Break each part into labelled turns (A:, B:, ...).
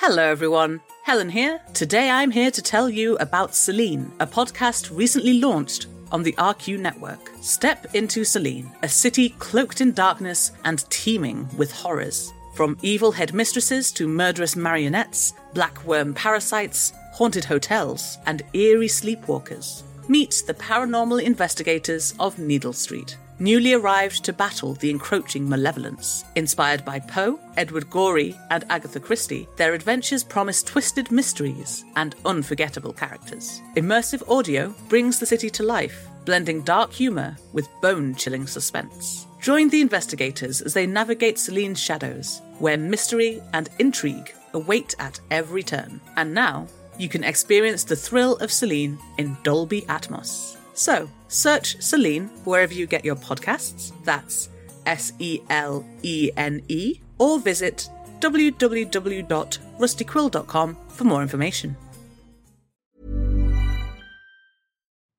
A: Hello, everyone. Helen here. Today I'm here to tell you about Celine, a podcast recently launched on the RQ network. Step into Celine, a city cloaked in darkness and teeming with horrors. From evil headmistresses to murderous marionettes, black worm parasites, haunted hotels, and eerie sleepwalkers. Meet the paranormal investigators of Needle Street, newly arrived to battle the encroaching malevolence. Inspired by Poe, Edward Gorey, and Agatha Christie, their adventures promise twisted mysteries and unforgettable characters. Immersive audio brings the city to life, blending dark humour with bone chilling suspense. Join the investigators as they navigate Celine's shadows, where mystery and intrigue await at every turn. And now, you can experience the thrill of Celine in Dolby Atmos. So, search Celine wherever you get your podcasts. That's S E L E N E. Or visit www.rustyquill.com for more information.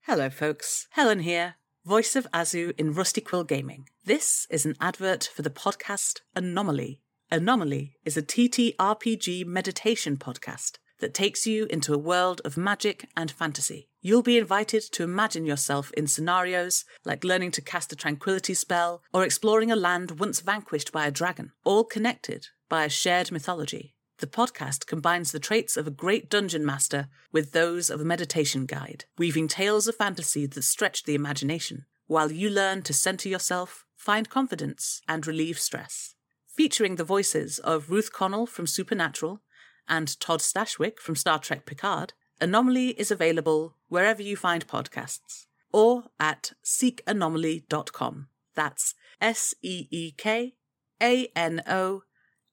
A: Hello, folks. Helen here, voice of Azu in Rusty Quill Gaming. This is an advert for the podcast Anomaly. Anomaly is a TTRPG meditation podcast that takes you into a world of magic and fantasy. You'll be invited to imagine yourself in scenarios like learning to cast a tranquility spell or exploring a land once vanquished by a dragon, all connected by a shared mythology. The podcast combines the traits of a great dungeon master with those of a meditation guide, weaving tales of fantasy that stretch the imagination, while you learn to center yourself, find confidence, and relieve stress. Featuring the voices of Ruth Connell from Supernatural, and Todd Stashwick from Star Trek Picard, Anomaly is available wherever you find podcasts or at seekanomaly.com. That's S E E K A N O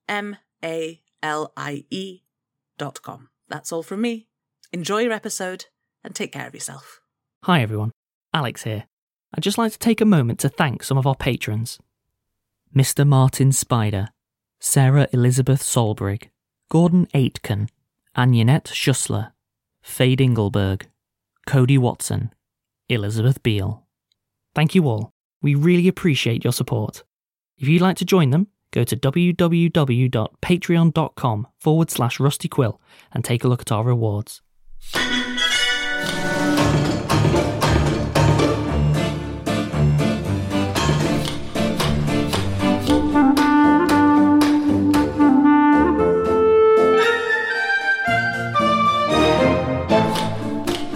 A: M A L I E dot com. That's all from me. Enjoy your episode and take care of yourself.
B: Hi everyone, Alex here. I'd just like to take a moment to thank some of our patrons Mr. Martin Spider, Sarah Elizabeth Solbrig, Gordon Aitken, Anjanette Schussler, Fade Ingleberg, Cody Watson, Elizabeth Beale. Thank you all. We really appreciate your support. If you'd like to join them, go to www.patreon.com forward slash rustyquill and take a look at our rewards.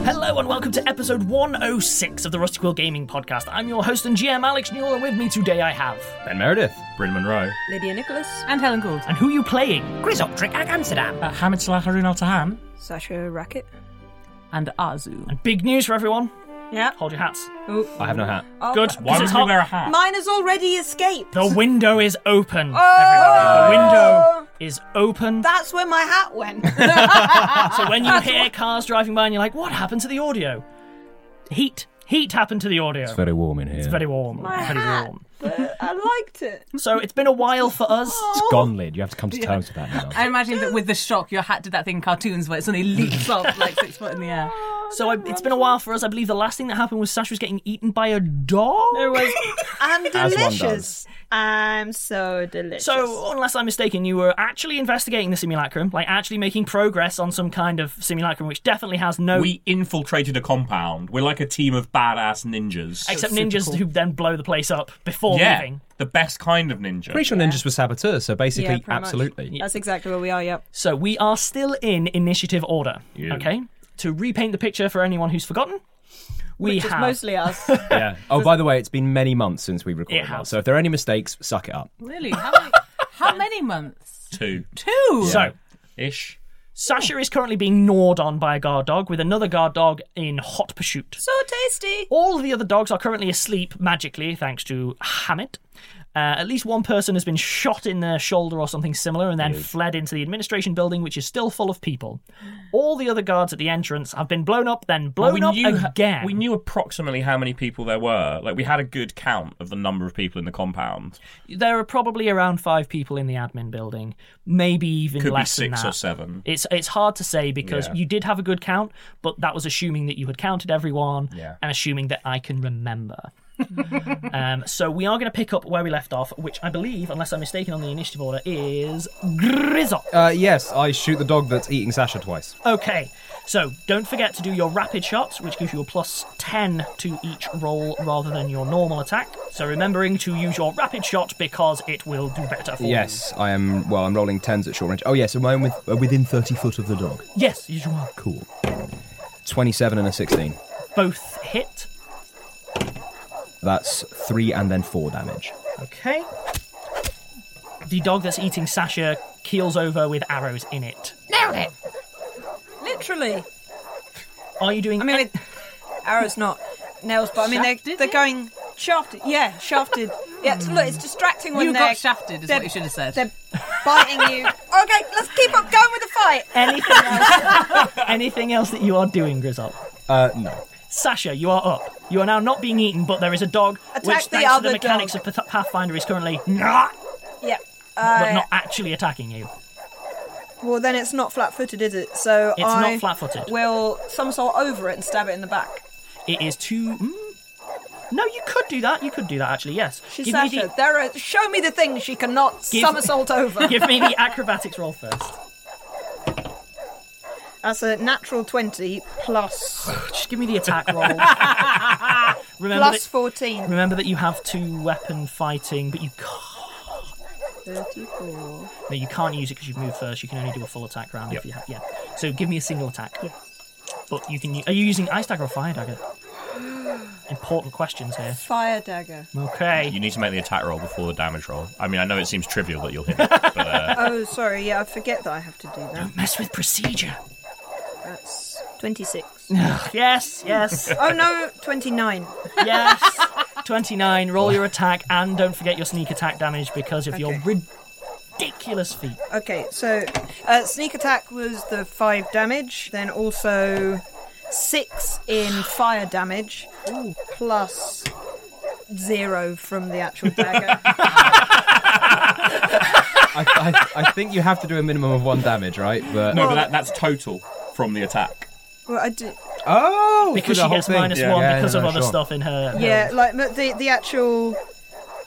B: Hello and welcome to episode 106 of the Rusty Quill Gaming Podcast. I'm your host and GM Alex Newell, and with me today I have.
C: Ben Meredith.
D: Bryn Monroe.
E: Lydia Nicholas,
F: And Helen Gould.
B: And who are you playing?
G: Grizoptric Ag Amsterdam.
F: Uh, Hamid Salah Harun Al Tahan.
E: Sasha Racket.
F: And Azu.
B: And big news for everyone.
E: Yeah.
B: Hold your hats.
E: Oh.
C: I have no hat.
E: Oh,
B: Good.
E: but-
B: Why
F: Why
B: would
F: would
B: we
F: we
B: wear
F: wear
B: a
F: a hat?
E: Mine has already escaped.
B: The window is open.
E: Oh!
B: everyone. The window is open.
E: That's where my hat went.
B: So when you hear cars driving by and you're like, what happened to the audio? Heat. Heat happened to the audio.
C: It's very warm in here.
B: It's very warm.
E: My
B: very
E: hat.
B: warm.
E: But I liked it.
B: So it's been a while for us.
C: It's gone, Lid. You have to come to terms with that now.
F: I imagine that with the shock, your hat did that thing in cartoons where it suddenly leaps up like six foot in the air.
B: So I, it's been a while for us. I believe the last thing that happened was Sasha was getting eaten by a dog.
E: There was. I'm
C: one
E: delicious. I'm so delicious.
B: So, unless I'm mistaken, you were actually investigating the simulacrum, like actually making progress on some kind of simulacrum, which definitely has no.
H: We infiltrated a compound. We're like a team of badass ninjas.
B: except ninjas who then blow the place up before
H: yeah,
B: leaving.
H: the best kind of ninja.
C: Pretty sure ninjas were saboteurs, so
E: Yeah,
C: basically,
E: pretty much.
C: absolutely.
E: That's exactly where we are. Yep.
B: So we are still in initiative order.
H: Yeah.
B: Okay. To repaint the picture for anyone who's forgotten, we
E: Which is
B: have
E: mostly us.
C: Yeah. Oh, by the way, it's been many months since we recorded
B: It
C: last,
B: has.
C: so if there are any mistakes, suck it up.
A: Really? How many, how many months?
H: Two
A: Two.
B: so
H: ish.
B: Sasha is currently being gnawed on by a guard dog with another guard dog in hot pursuit.
E: so tasty.
B: All of the other dogs are currently asleep magically, thanks to Hammett. Uh, at least one person has been shot in the shoulder or something similar and then fled into the administration building, which is still full of people. All the other guards at the entrance have been blown up, then blown
H: we
B: up
H: knew
B: again.
H: we knew approximately how many people there were. Like we had a good count of the number of people in the compound.
B: There are probably around five people in the admin building, maybe even
H: Could be
B: less than
H: six
B: that.
H: or seven.
B: It's it's hard to say because
H: Yeah.
B: you did have a good count, but that was assuming that you had counted everyone
H: Yeah.
B: and assuming that I can remember. um, so we are going to pick up where we left off, which I believe, unless I'm mistaken on the initiative order, is Grizzop.
C: Uh, yes, I shoot the dog that's eating Sasha twice.
B: Okay, so don't forget to do your rapid shots, which gives you a plus 10 to each roll rather than your normal attack. So remembering to use your rapid shot because it will do better for you.
C: Yes, I am. Well, I'm rolling tens at short range. Oh, yes, am I with, uh, within 30 foot of the dog?
B: Yes, you are.
C: Cool. 27 and a 16.
B: Both hit.
C: That's three and then four damage.
B: Okay. The dog that's eating Sasha keels over with arrows in it.
E: Literally.
B: Are you doing?
E: I mean, it, arrows not nails, but I mean they're,
A: Shafted
E: they're
A: it?
E: going shafted. Yeah, shafted. Yeah, it's- look, it's distracting when
A: You
E: they're
A: got shafted, is
E: they're-
A: what you should have said.
E: They're biting you. Okay, let's keep up going with the fight.
B: anything else? anything else that you are doing, Grizzle?
C: Uh, no.
B: Sasha, you are up. You are now not being eaten, but there is a dog
E: Attack
B: which,
E: the
B: thanks to the
E: other
B: mechanics
E: dog. Uh,
B: of Path- Pathfinder, is currently not,
E: Yeah.
B: but
E: Uh,
B: not actually attacking you.
E: well, then it's not flat-footed, is it? So
B: It's
E: I
B: not flat-footed.
E: will somersault over it and stab it in the back.
B: It is too. Mm, no, you could do that. You could do that actually. Yes.
E: She's
B: give
E: Sasha.
B: me the
E: There are, show me the thing she cannot
B: Give-
E: somersault over.
B: give me the acrobatics roll first.
E: That's a natural twenty plus
B: Just give me the attack roll. remember
E: plus
B: that,
E: fourteen.
B: remember that you have two weapon fighting, but you can't.
E: Thirty-four.
B: No, you can't use it because you've moved first. You can only do a full attack round if you have. Yeah. So give me a single attack. But you can. u- Are you using ice dagger or fire dagger? Important questions here.
E: Fire dagger.
B: Okay.
H: You need to make the attack roll before the damage roll. I mean, I know it seems trivial that you'll hit it, but uh,
E: Oh, sorry. Yeah, I forget that I have to do that.
B: Mess with procedure.
E: That's 26.
B: Yes. Yes.
E: oh no, 29.
B: yes. Twenty-nine. Roll your attack and don't forget your sneak attack damage because of your
E: Okay.
B: ridiculous feat.
E: Okay, so uh, sneak attack was the 5 damage, then also 6 in fire damage, plus 0 from the actual dagger.
C: I, I, I think you have to do a minimum of one damage, right? But
H: no, but that, that's total from the attack.
E: well, I did,
C: oh, for
B: Because
C: the
B: she
C: whole
B: gets
C: thing.
B: minus one
C: Yeah,
B: because
C: no,
B: of
C: no,
B: other
C: sure.
B: stuff in her.
E: yeah, like but the, the actual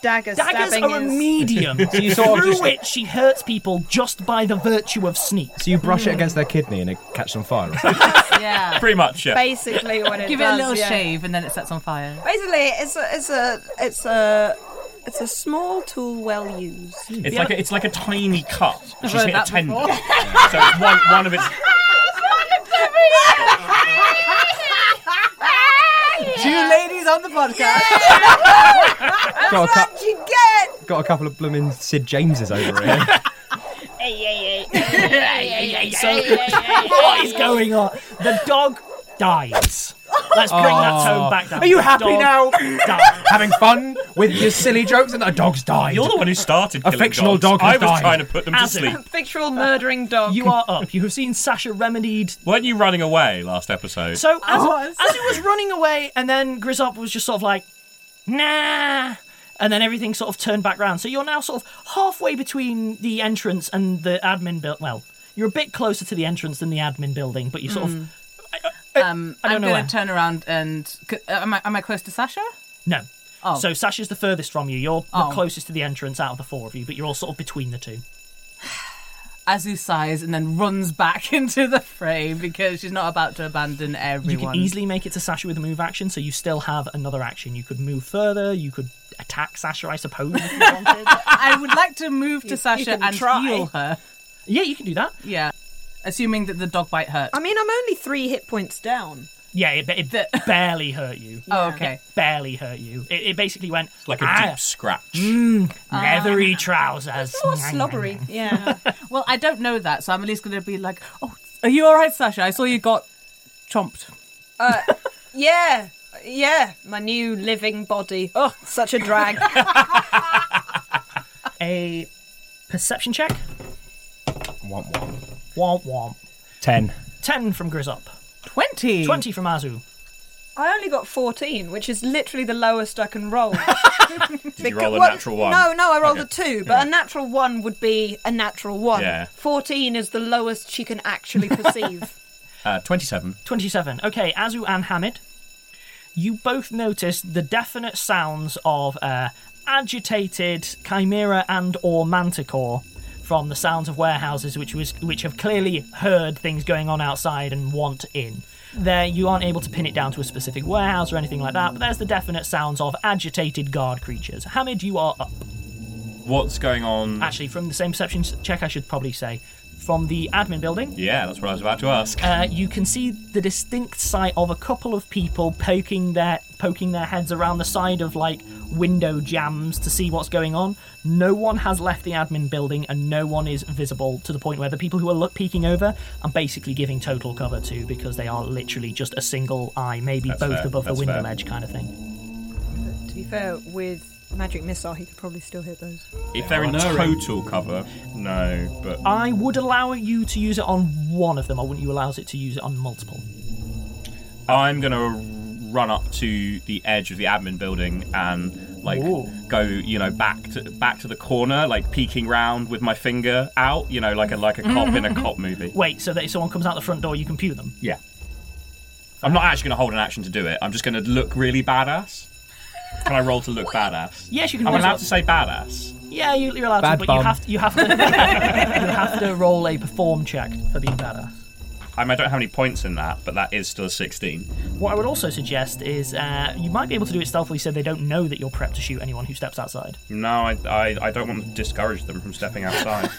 E: dagger
B: Daggers
E: stabbing
B: are a
E: is.
B: medium
C: you sort of
B: through
C: just-
B: which she hurts people just by the virtue of sneak.
C: So you brush it against their kidney and it catches on fire. or something.
A: yeah.
H: Pretty much, yeah.
E: Basically, what it
A: Give it
E: does.
A: a little
E: yeah.
A: shave and then it sets on fire.
E: Basically, it's a, it's a it's a it's a small tool well used.
H: It's like a, it's like a tiny cut. She's
A: heard
H: hit a
A: that
H: tendon,
A: before.
H: so it's one one of its.
E: Ah, Two ladies on the podcast.
C: got, a cou-
E: you get?
C: got a couple of blooming Sid Jameses over here.
B: So, what is going on? The dog dies. Let's bring that tone back down.
C: Oh. Are you
B: The
C: happy
B: dog
C: now?
B: dies.
C: Having fun with your silly jokes and a dog's died.
H: You're the one who started
C: A
H: killing
C: fictional dog
H: dogs.
C: has
H: I was
C: died.
H: trying to put them to
B: As it-
H: sleep.
E: Fictional murdering dog.
B: You are up. You have seen Sasha remedied.
H: Weren't you running away last episode?
B: So, as,
E: was.
B: as it was running away, and then Grizzop was just sort of like, nah. And then everything sort of turned back round. So you're now sort of halfway between the entrance and the admin build. Well, you're a bit closer to the entrance than the admin building, but you're sort of
A: Mm. Um,
B: I don't
A: I'm
B: know
A: going
B: where.
A: to turn around and c- uh, am I am I close to Sasha?
B: No.
A: Oh.
B: So Sasha's the furthest from you. You're
A: Oh.
B: the closest to the entrance out of the four of you, but you're all sort of between the two.
A: Azu sighs and then runs back into the fray because she's not about to abandon everyone.
B: You can easily make it to Sasha with a move action, so you still have another action. You could move further. You could attack Sasha, I suppose. if you wanted.
A: I would like to move to Sasha
E: can
A: and
E: try.
A: heal her.
B: yeah, you can do that.
A: Yeah, assuming that the dog bite hurt.
E: I mean, I'm only three hit points down.
B: Yeah, it, it
A: The-
B: barely hurt you.
A: oh, okay.
B: Barely hurt you. It, it basically went
H: Like a
B: "Ah,
H: deep scratch.
B: Mm.
A: Ah.
B: leathery trousers.
E: Or slobbery. Yeah.
A: Well, I don't know that, so I'm at least going to be like, "Oh, are you all right, Sasha? I saw you got chomped."
E: Uh, yeah. Yeah. My new living body. Oh, such a drag.
B: A perception check.
C: Womp womp.
B: Womp womp.
C: Ten.
B: Ten from Grizup.
A: Twenty.
B: Twenty from Azu.
E: I only got 14, which is literally the lowest I can roll.
H: Did you roll a
E: Well,
H: natural one?
E: No, no, I rolled
H: Okay.
E: a two, but a natural one would be a natural one.
H: Yeah.
E: 14 is the lowest she can actually perceive.
H: Uh, 27.
B: 27. Okay, Azu and Hamid, you both noticed the definite sounds of uh, agitated chimera and or manticore from the sounds of warehouses which was which have clearly heard things going on outside and want in. There you aren't able to pin it down to a specific warehouse or anything like that, but there's the definite sounds of agitated guard creatures. Hamid, you are up.
H: What's going on?
B: Actually, from the same perception s- check I should probably say, from the admin building,
H: Yeah, that's what I was about to ask.
B: uh, you can see the distinct sight of a couple of people poking their poking their heads around the side of like window jams to see what's going on. No one has left the admin building, and no one is visible to the point where the people who are look, peeking over I'm basically giving total cover to because they are literally just a single eye, maybe
H: That's
B: both
H: fair,
B: above the
H: that's
B: window
H: fair.
B: ledge kind of thing.
E: to be fair, with Magic Missile, he could probably still hit those.
H: if they're in total cover, no, but
B: I would allow you to use it on one of them. I wouldn't you allow it to use it on multiple.
H: I'm gonna run up to the edge of the admin building and like
B: Ooh.
H: go, you know, back to back to the corner, like peeking round with my finger out, you know, like a like a cop in a cop movie.
B: Wait, so that if someone comes out the front door, you can pew them.
H: Yeah. I'm not actually gonna hold an action to do it. I'm just gonna look really badass. Can I roll to look badass?
B: Yes, you can
H: I'm
B: roll
H: allowed
B: to-
H: to say badass.
B: Yeah, you, you're allowed
C: Bad
B: to, but you
C: bum.
B: have to, you have to you have to roll a perform check for being badass.
H: I mean, I don't have any points in that, but that is still a 16.
B: What I would also suggest is uh, you might be able to do it stealthily, so they don't know that you're prepped to shoot anyone who steps outside.
H: No, I, I, I don't want to discourage them from stepping outside.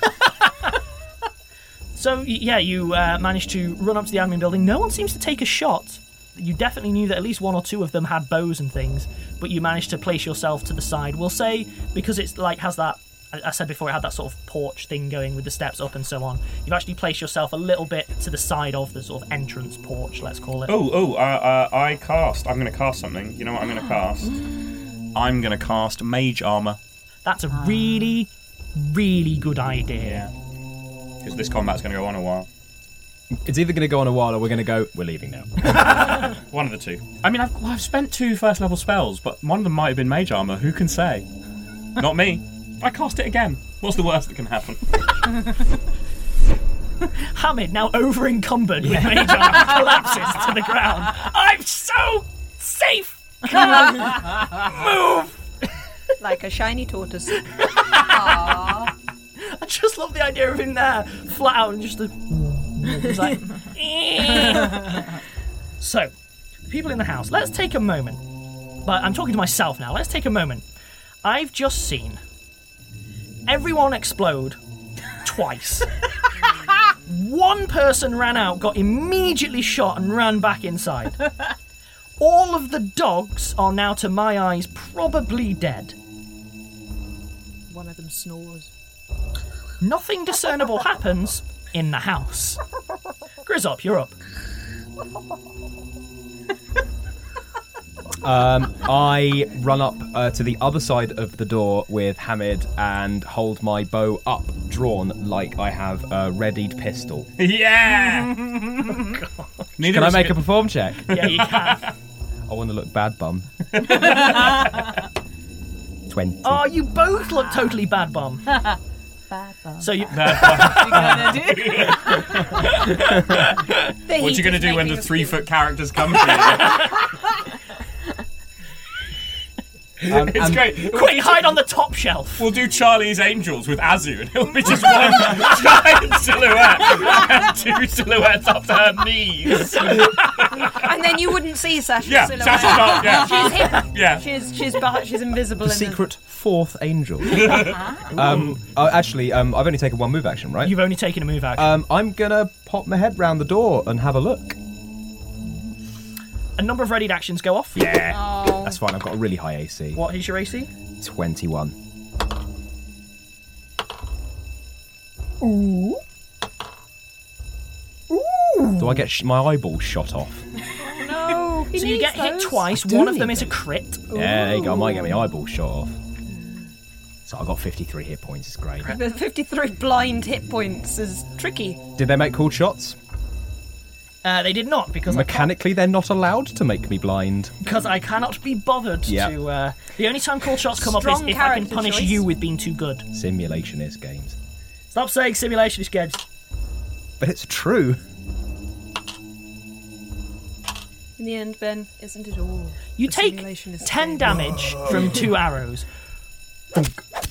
B: So y- yeah, you uh, managed to run up to the admin building. No one seems to take a shot. You definitely knew that at least one or two of them had bows and things, but you managed to place yourself to the side. We'll say because it's like has that. I I said before it had that sort of porch thing going with the steps up and so on. You've actually placed yourself a little bit to the side of the sort of entrance porch, let's call it.
H: Oh, oh, uh, uh, I cast. I'm going to cast something. You know what I'm going to cast? I'm going to cast Mage Armor.
B: That's a really, really good idea.
H: Because this combat's going to go on a while.
C: It's either going to go on a while or we're going to go, we're leaving now.
H: One of the two. I mean, I've, well, I've spent two first level spells, but one of them might have been Mage Armor. Who can say? Not me. I cast it again. What's the worst that can happen?
B: Hamid, now over encumbered with mage armor, collapses to the ground. I'm so safe! Come on! Move!
E: Like a shiny tortoise.
B: I just love the idea of him there, flat out, and just the. He's like. "Eh." so, the people in the house, let's take a moment. But I'm talking to myself now. Let's take a moment. I've just seen everyone explode twice. One person ran out, got immediately shot, and ran back inside. All of the dogs are now, to my eyes, probably dead.
E: One of them snores.
B: Nothing discernible happens in the house. Grizzop, you're up.
C: Um, I run up uh, to the other side of the door with Hamid and hold my bow up, drawn like I have a readied pistol.
H: yeah! Neither
C: Can I
H: is
C: make a
H: good-
C: perform check?
B: Yeah, you can.
C: I want to look bad, bum. 20.
B: Oh, you both look totally bad bum.
A: Bad
B: So you,
A: You're gonna do-
H: What are you going to do when the three foot characters come for you?
C: Um,
H: It's
C: and-
H: great. We'll
B: Quick,
H: do-
B: hide on the top shelf.
H: We'll do Charlie's Angels with Azu, and it'll be just one giant silhouette, and two silhouettes up to her knees.
E: And then you wouldn't see Sasha's
H: Yeah,
E: silhouette.
H: Sasha's not. Yeah,
E: She's hidden.
H: yeah.
E: She's she's behind, she's invisible.
C: the
E: in the-
C: secret fourth angel. um, uh, actually, um, I've only taken one move action, right?
B: You've only taken a move action.
C: Um, I'm gonna pop my head round the door and have a look.
B: a number of readied actions go off.
C: Yeah, that's fine. I've got a really high AC.
B: What is your AC?
C: Twenty-one. Ooh. Do I get sh- my eyeball shot off?
E: Oh, No.
B: So you get hit twice. One of them is a crit.
C: Yeah, there you go. I might get my eyeball shot off. So I got 53 hit points. It's great.
E: The 53 blind hit points is tricky.
C: Did they make cool shots?
B: Uh, they did not because I can't-
C: Mechanically, they're not allowed to make me blind.
B: because I cannot be bothered
C: Yeah.
B: to. Uh, the only time call shots come up
E: Strong
B: is if I can
E: character
B: punish
E: choice.
B: you with being too good.
C: Simulation is games.
B: Stop saying simulation is good.
C: But it's true.
E: In the end, Ben, isn't it all?
B: You
E: A
B: take
E: simulation is
B: ten
E: good.
B: damage from two arrows.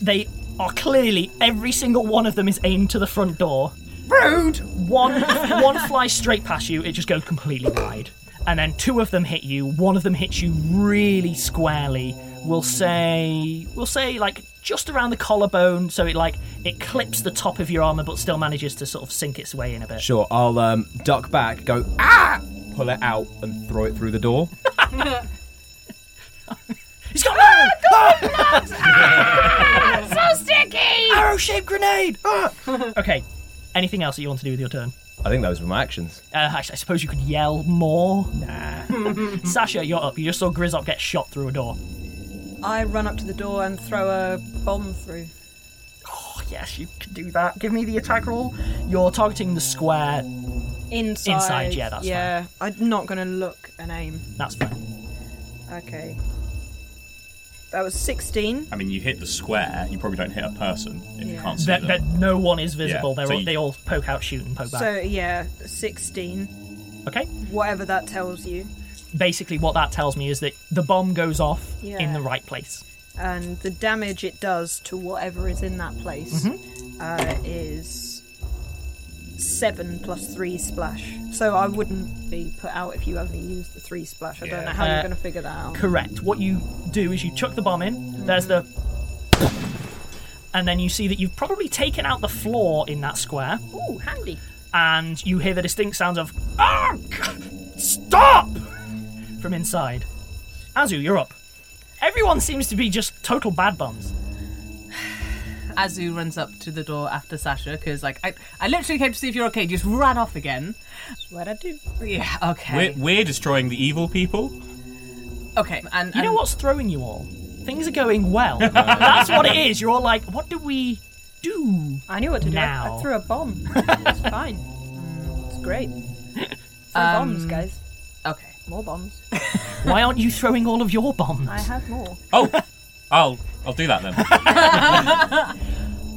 B: They are clearly every single one of them is aimed to the front door.
E: Rude.
B: One one flies straight past you. It just goes completely wide. And then two of them hit you. One of them hits you really squarely. We'll say we'll say like just around the collarbone, so it like it clips the top of your armor, but still manages to sort of sink its way in a bit.
C: Sure, I'll um, duck back, go, ah! Pull it out and throw it through the door.
B: It's got ah,
E: So sticky.
B: arrow shaped grenade. Ah! okay. Anything else that you want to do with your turn?
C: I think those were my actions.
B: Uh, I, I suppose you could yell more.
C: Nah.
B: Sasha, you're up. You just saw Grizzop get shot through a door.
E: I run up to the door and throw a bomb through.
B: Oh, yes, you can do that. Give me the attack roll. You're targeting the square.
E: Inside.
B: Inside, yeah, that's
E: yeah. I'm not going to look and aim.
B: That's fine.
E: Okay. That was 16.
H: I mean, you hit the square. You probably don't hit a person if you
E: Yeah.
H: can't see
B: That,
H: them.
B: that no one is visible.
H: Yeah,
B: They're
H: so
B: all,
H: you-
B: They all poke out, shoot, and poke
E: So,
B: back.
E: yeah, 16.
B: Okay.
E: Whatever that tells you.
B: Basically, what that tells me is that the bomb goes off
E: Yeah.
B: in the right place.
E: And the damage it does to whatever is in that place
B: Mm-hmm.
E: uh, is 7 plus 3 splash. So I wouldn't be put out if you only used the 3 splash. I don't know how
B: Uh,
E: you're going to figure that out. Hmm.
B: Correct. What you do is you chuck the bomb in. There's the. And then you see that you've probably taken out the floor in that square.
E: Ooh, handy.
B: and you hear the distinct sounds of "Ah, g- stop!" from inside. Azu, you're up. Everyone seems to be just total bad bums.
A: Azu runs up to the door after Sasha because, like, I, I literally came to see if you're okay. Just ran off again.
E: What I do.
A: Yeah.
H: we're,
A: Okay.
H: we're destroying the evil people.
A: okay. And
B: You know
A: and-
B: what's throwing you all? Things are going well. That's what it is. You're all like, "What do we do?"
E: I knew what to do. I-
B: Now.
E: I threw a bomb. it's fine. Mm, It's great. Throw bombs, guys.
A: Okay.
E: More bombs.
B: Um, Why aren't you throwing all of your bombs?
E: I have more.
H: Oh, I'll I'll do that then.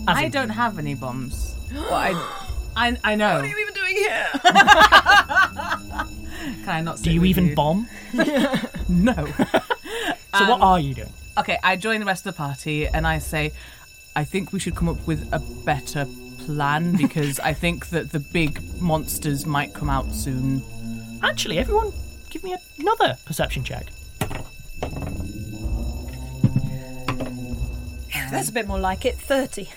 A: I don't have any bombs. Well, I, I, I know. What are you even doing here? Can I not?
B: do you even bomb?
A: No. Um,
B: So what are you doing?
A: okay, I join the rest of the party and I say, I think we should come up with a better plan because I think that the big monsters might come out soon.
B: Actually, everyone, give me another perception check.
E: That's a bit more like it. 30.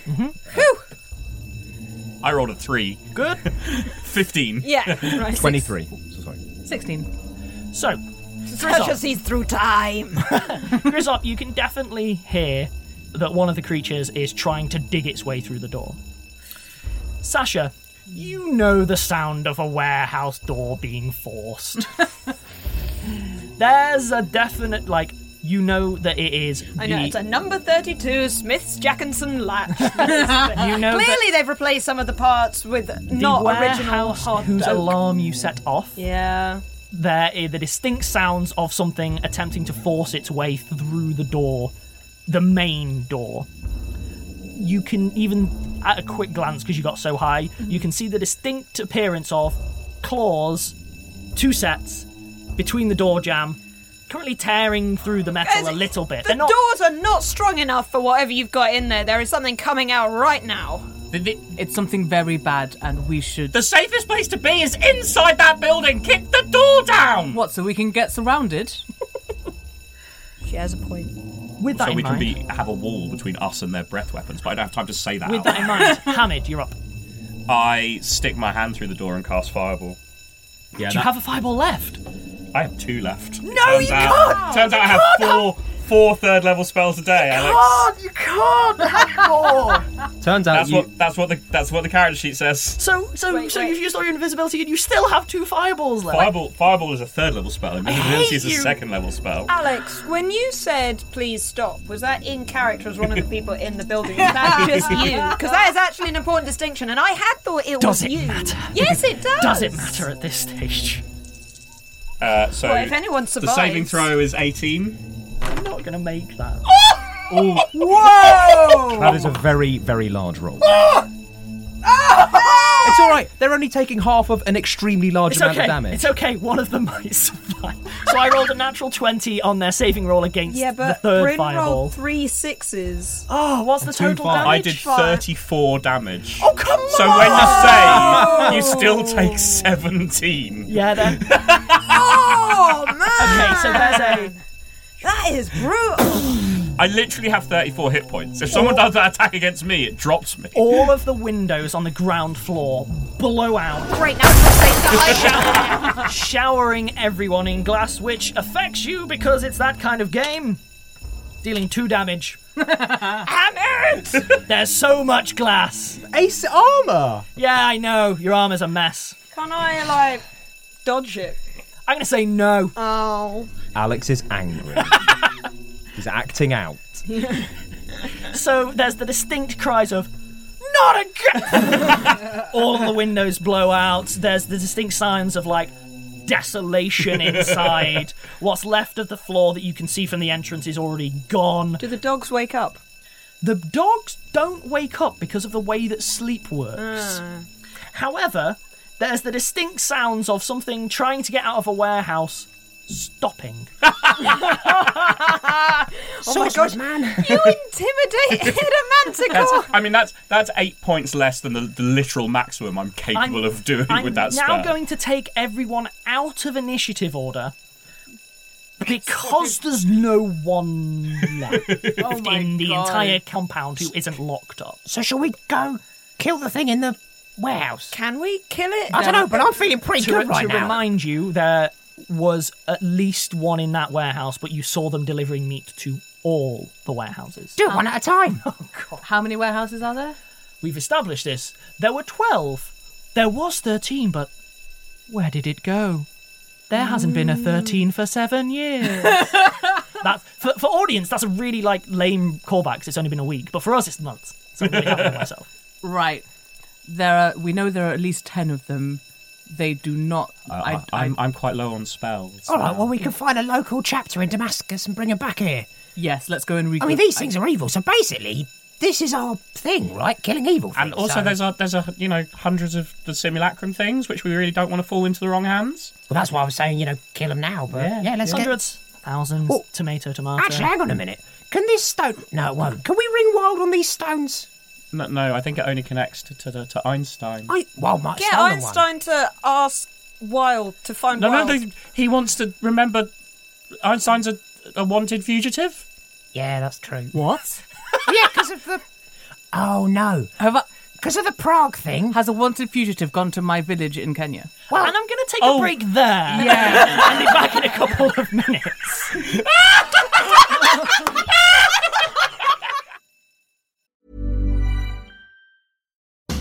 H: I rolled a three.
B: Good.
H: Fifteen.
E: Yeah. Right, six.
C: 23. So sorry.
A: Sixteen.
B: So,
E: Sasha sees through time.
B: Grizzop, you can definitely hear that one of the creatures is trying to dig its way through the door. Sasha, you know the sound of a warehouse door being forced. There's a definite, like, you know that it is.
E: I know,
B: the-
E: it's a number 32 Smith's Jackinson latch.
B: you know that
E: Clearly, they've replaced some of the parts with
B: the
E: not original
B: warehouse
E: hard
B: whose
E: oak.
B: alarm you set off.
E: Yeah.
B: there are the distinct sounds of something attempting to force its way through the door, the main door. You can even, at a quick glance, because you got so high, you can see the distinct appearance of claws, two sets, between the door jam, currently tearing through the metal a little bit.
E: The
B: They're not.
E: doors are not strong enough for whatever you've got in there. There is something coming out right now.
H: The, the,
F: It's something very bad, and we should.
H: the safest place to be is inside that building. Kick the door down.
F: What? So we can get surrounded?
E: She has a point.
B: With that
H: So
B: in
H: we can
B: mind,
H: be have a wall between us and their breath weapons, but I don't have time to say that.
B: with
H: out
B: that in
H: loud.
B: mind, Hamid, you're up.
H: I stick my hand through the door and cast fireball.
C: Yeah,
B: Do you
C: that-
B: have a fireball left?
H: I have two left. No,
E: you can't!
H: Turns out I have four four third level spells a day, Alex.
E: you can't have more.
C: turns out
H: That's
C: you.
H: what that's what the that's what the character sheet says.
B: So, so,
E: Wait,
B: so
E: wait.
B: you've used all your invisibility, and you still have two fireballs left.
H: Fireball fireball is a third level spell, and invisibility is a
B: you.
H: second level spell.
E: Alex, when you said please stop, was that in character as one of the people in the building? Is that just you? Because that is actually an important distinction, and I had thought it was
B: Does it
E: you.
B: matter?
E: Yes, it does.
B: Does it matter at this stage?
H: Uh, so
E: Well, if anyone
H: the saving
E: survives-
H: throw is eighteen.
B: I'm not gonna make that.
E: Whoa!
C: That is a very, very large roll. It's all right. They're only taking half of an extremely large
B: It's
C: amount
B: okay.
C: of damage.
B: It's okay. One of them might survive. So I rolled a natural twenty on their saving roll against
E: yeah,
B: the
E: but
B: third
E: Bryn
B: fireball.
E: rolled three sixes.
B: Oh, what's the total
C: far.
B: damage?
H: I did
E: fire.
H: thirty-four damage.
B: Oh come on!
H: So when you save, you still take seventeen.
B: yeah, then
E: Oh man!
B: okay. So there's a
E: that is brutal.
H: I literally have thirty-four hit points. If someone does that attack against me, it drops me.
B: all of the windows on the ground floor blow out,
E: Great, now it's my face to hide.
B: showering everyone in glass, which affects you because it's that kind of game. Dealing two damage. Hamid! There's so much glass.
C: Ace armor.
B: Yeah, I know. Your armor's a mess.
E: Can I like dodge it?
B: I'm gonna say no.
E: Oh,
C: Alex is angry. He's acting out.
B: So there's the distinct cries of "Not again!" All the windows blow out. There's the distinct signs of like desolation inside. What's left of the floor that you can see from the entrance is already gone.
E: do the dogs wake up?
B: The dogs don't wake up because of the way that sleep works.
E: Ah.
B: However, there's the distinct sounds of something trying to get out of a warehouse stopping.
E: Oh my god, man! You intimidated a manticore.
H: I mean, that's that's eight points less than the, the literal maximum I'm capable of doing
B: I'm
H: with that
B: now
H: spell.
B: going to take everyone out of initiative order because there's no one left
H: Oh
B: in the entire compound who isn't locked up.
I: So shall we go kill the thing in the warehouse?
E: Can we kill it?
I: I don't know, but I'm feeling pretty
B: To,
I: good
B: to
I: right now.
B: remind you, there was at least one in that warehouse, but you saw them delivering meat to all the warehouses.
I: Do it one at a time.
F: How many warehouses are there?
B: We've established this. There were 12. There was 13, but where did it go? There hasn't been a 13 for seven years. that's, for, for audience, that's a really like lame callback 'cause it's only been a week, but for us, it's months. So I'm really happy with myself.
F: Right. There are. We know there are at least ten of them. They do not. I, I,
H: Uh, I'm, I'm quite low on spells.
I: All right, well, we can find a local chapter in Damascus and bring them back here.
F: yes, let's go and read.
I: I mean, these things are evil, so basically, this is our thing, right? Killing evil.
H: And
I: things,
H: also,
I: so-
H: there's a there's a you know hundreds of the simulacrum things which we really don't want to fall into the wrong hands.
I: Well, that's why I was saying, you know, kill them now. But yeah, let's get.
B: Hundreds, thousands,
I: Oh.
B: tomato, tomato.
I: Actually, hang on a minute. Can this stone? No, it won't. Can we ring wild on these stones?
H: No, no I think it only connects to to, to Einstein.
I: I well, might
E: Get
I: stolen One.
E: Einstein to ask Wilde to find
H: no, no,
E: Wilde.
H: they, he wants to remember Einstein's a, a wanted fugitive.
I: Yeah, that's true.
F: What?
I: yeah, because of the. Oh no,
F: Have I,
I: because of the Prague thing.
F: has a wanted fugitive gone to my village in Kenya?
I: Well,
B: and I'm going to take
H: Oh.
B: a break there yeah. and be back in a couple of minutes.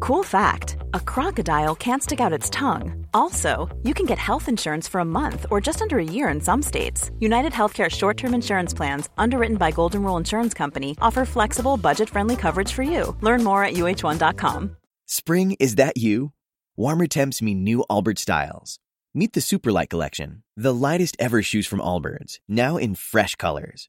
J: Cool fact a crocodile can't stick out its tongue. Also, you can get health insurance for a month or just under a year in some states. United Healthcare short term insurance plans, underwritten by Golden Rule Insurance Company, offer flexible, budget friendly coverage for you. Learn more at uh1.com.
K: Spring, is that you? Warmer temps mean new Albert styles. Meet the Superlight Collection, the lightest ever shoes from Allbirds, now in fresh colors.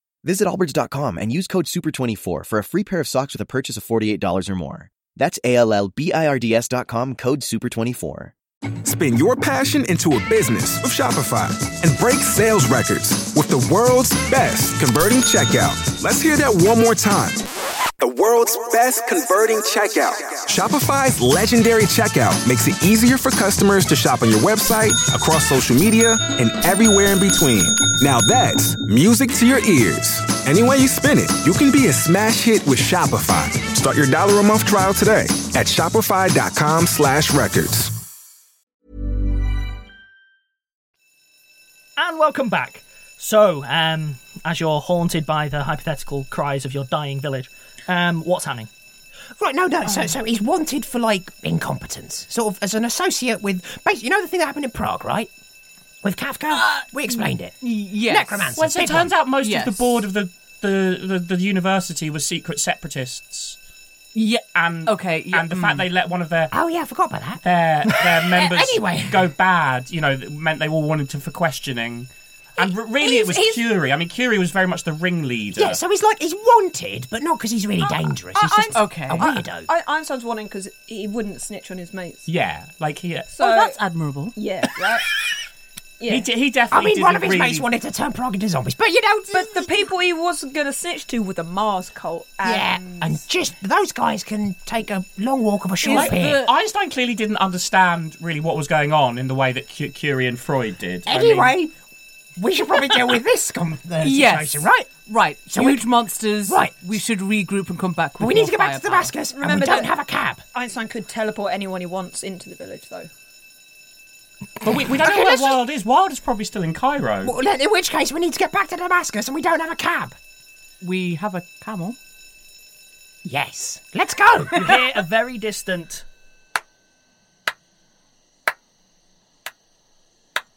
K: Visit allbirds.com and use code SUPER24 for a free pair of socks with a purchase of $48 or more. That's A L L B I R D S.com code SUPER24.
L: Spin your passion into a business with Shopify and break sales records with the world's best converting checkout. Let's hear that one more time. The world's best converting checkout. Shopify's legendary checkout makes it easier for customers to shop on your website, across social media, and everywhere in between. Now that's music to your ears. Any way you spin it, you can be a smash hit with Shopify. Start your dollar a month trial today at shopify.com slash records.
B: And welcome back. So, um, as you're haunted by the hypothetical cries of your dying village, um, what's happening? Um,
I: Right, no, no. So, so he's wanted for like incompetence, sort of as an associate with. Basically, you know the thing that happened in Prague, right? With Kafka,
E: Uh,
I: we explained it.
F: Yes.
I: necromancer.
H: Well, so it
I: big
H: turns
I: one.
H: out most
F: Yes.
H: of the board of the, the, the, the university was secret separatists.
F: Yeah,
H: and
F: okay, mm.
H: and the fact they let one of their
I: oh yeah, I forgot about that.
H: Their Uh, their members
I: anyway.
H: go bad, you know, that meant they all wanted him for questioning. And r- really, it was Curie. I mean, Curie was very much the ringleader.
I: Yeah, so he's like he's wanted, but not because he's really dangerous. He's just a weirdo.
E: I, I, Einstein's wanting because he wouldn't snitch on his mates.
H: yeah, like he.
E: So- Oh, that's
F: admirable.
E: Yeah, right. Yeah.
H: He, d- he
I: I
H: definitely.
I: mean, one of his
H: didn't
I: mates
H: really-
I: wanted to turn Prague into zombies, but you know,
E: But the people he was going to snitch to were the Mars cult.
I: yeah,
E: And
I: and just those guys can take a long walk of a short
H: Like,
I: pier.
H: the- Einstein clearly didn't understand really what was going on in the way that Cu- Curie and Freud did. I mean-
I: Anyway, we should probably deal with this com- uh,
F: yes,
I: situation, right?
F: Right,
I: So
F: huge
I: we-
F: monsters.
I: Right.
F: we should regroup and come back. With
I: But we need
F: more
I: to go back to
F: firepower.
I: Damascus, and we don't
E: that
I: have a cab.
E: Einstein could teleport anyone he wants into the village, though.
H: But we, we don't
I: Okay,
H: know where
I: let's just-
H: Wilde is. Wilde is probably still in Cairo.
I: Well, then, in which case, we need to get back to Damascus, and we don't have a cab.
F: We have a camel.
I: Yes, let's go.
B: You hear a very distant.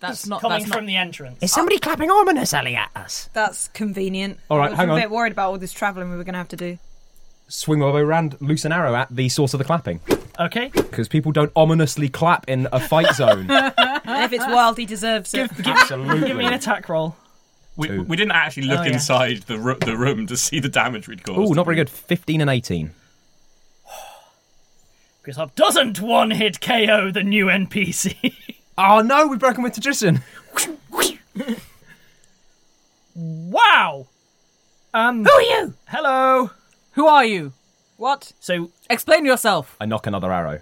F: That's
B: It's
F: not-
B: coming
F: that's not-
B: from the entrance.
I: Is somebody clapping ominously at us?
E: That's convenient.
C: All right,
E: I was
C: hang
E: a
C: on.
E: bit worried about all this travelling we were going to have to do.
C: Swing my way around, loose an arrow at the source of the clapping.
B: Okay.
C: Because people don't ominously clap in a fight zone.
E: if it's wild, he deserves it.
C: Absolutely.
B: Give me an attack roll.
H: We, we didn't actually look
C: Oh, yeah.
H: inside the, ru- the room to see the damage we'd caused.
C: Ooh, not very good. 15 and 18.
B: Grizzop doesn't one hit KO the new NPC.
C: Oh no, we've broken with tradition.
B: wow. Um.
I: Who are you?
B: Hello.
F: Who are you?
E: What?
B: So
F: Explain yourself.
C: I knock another arrow.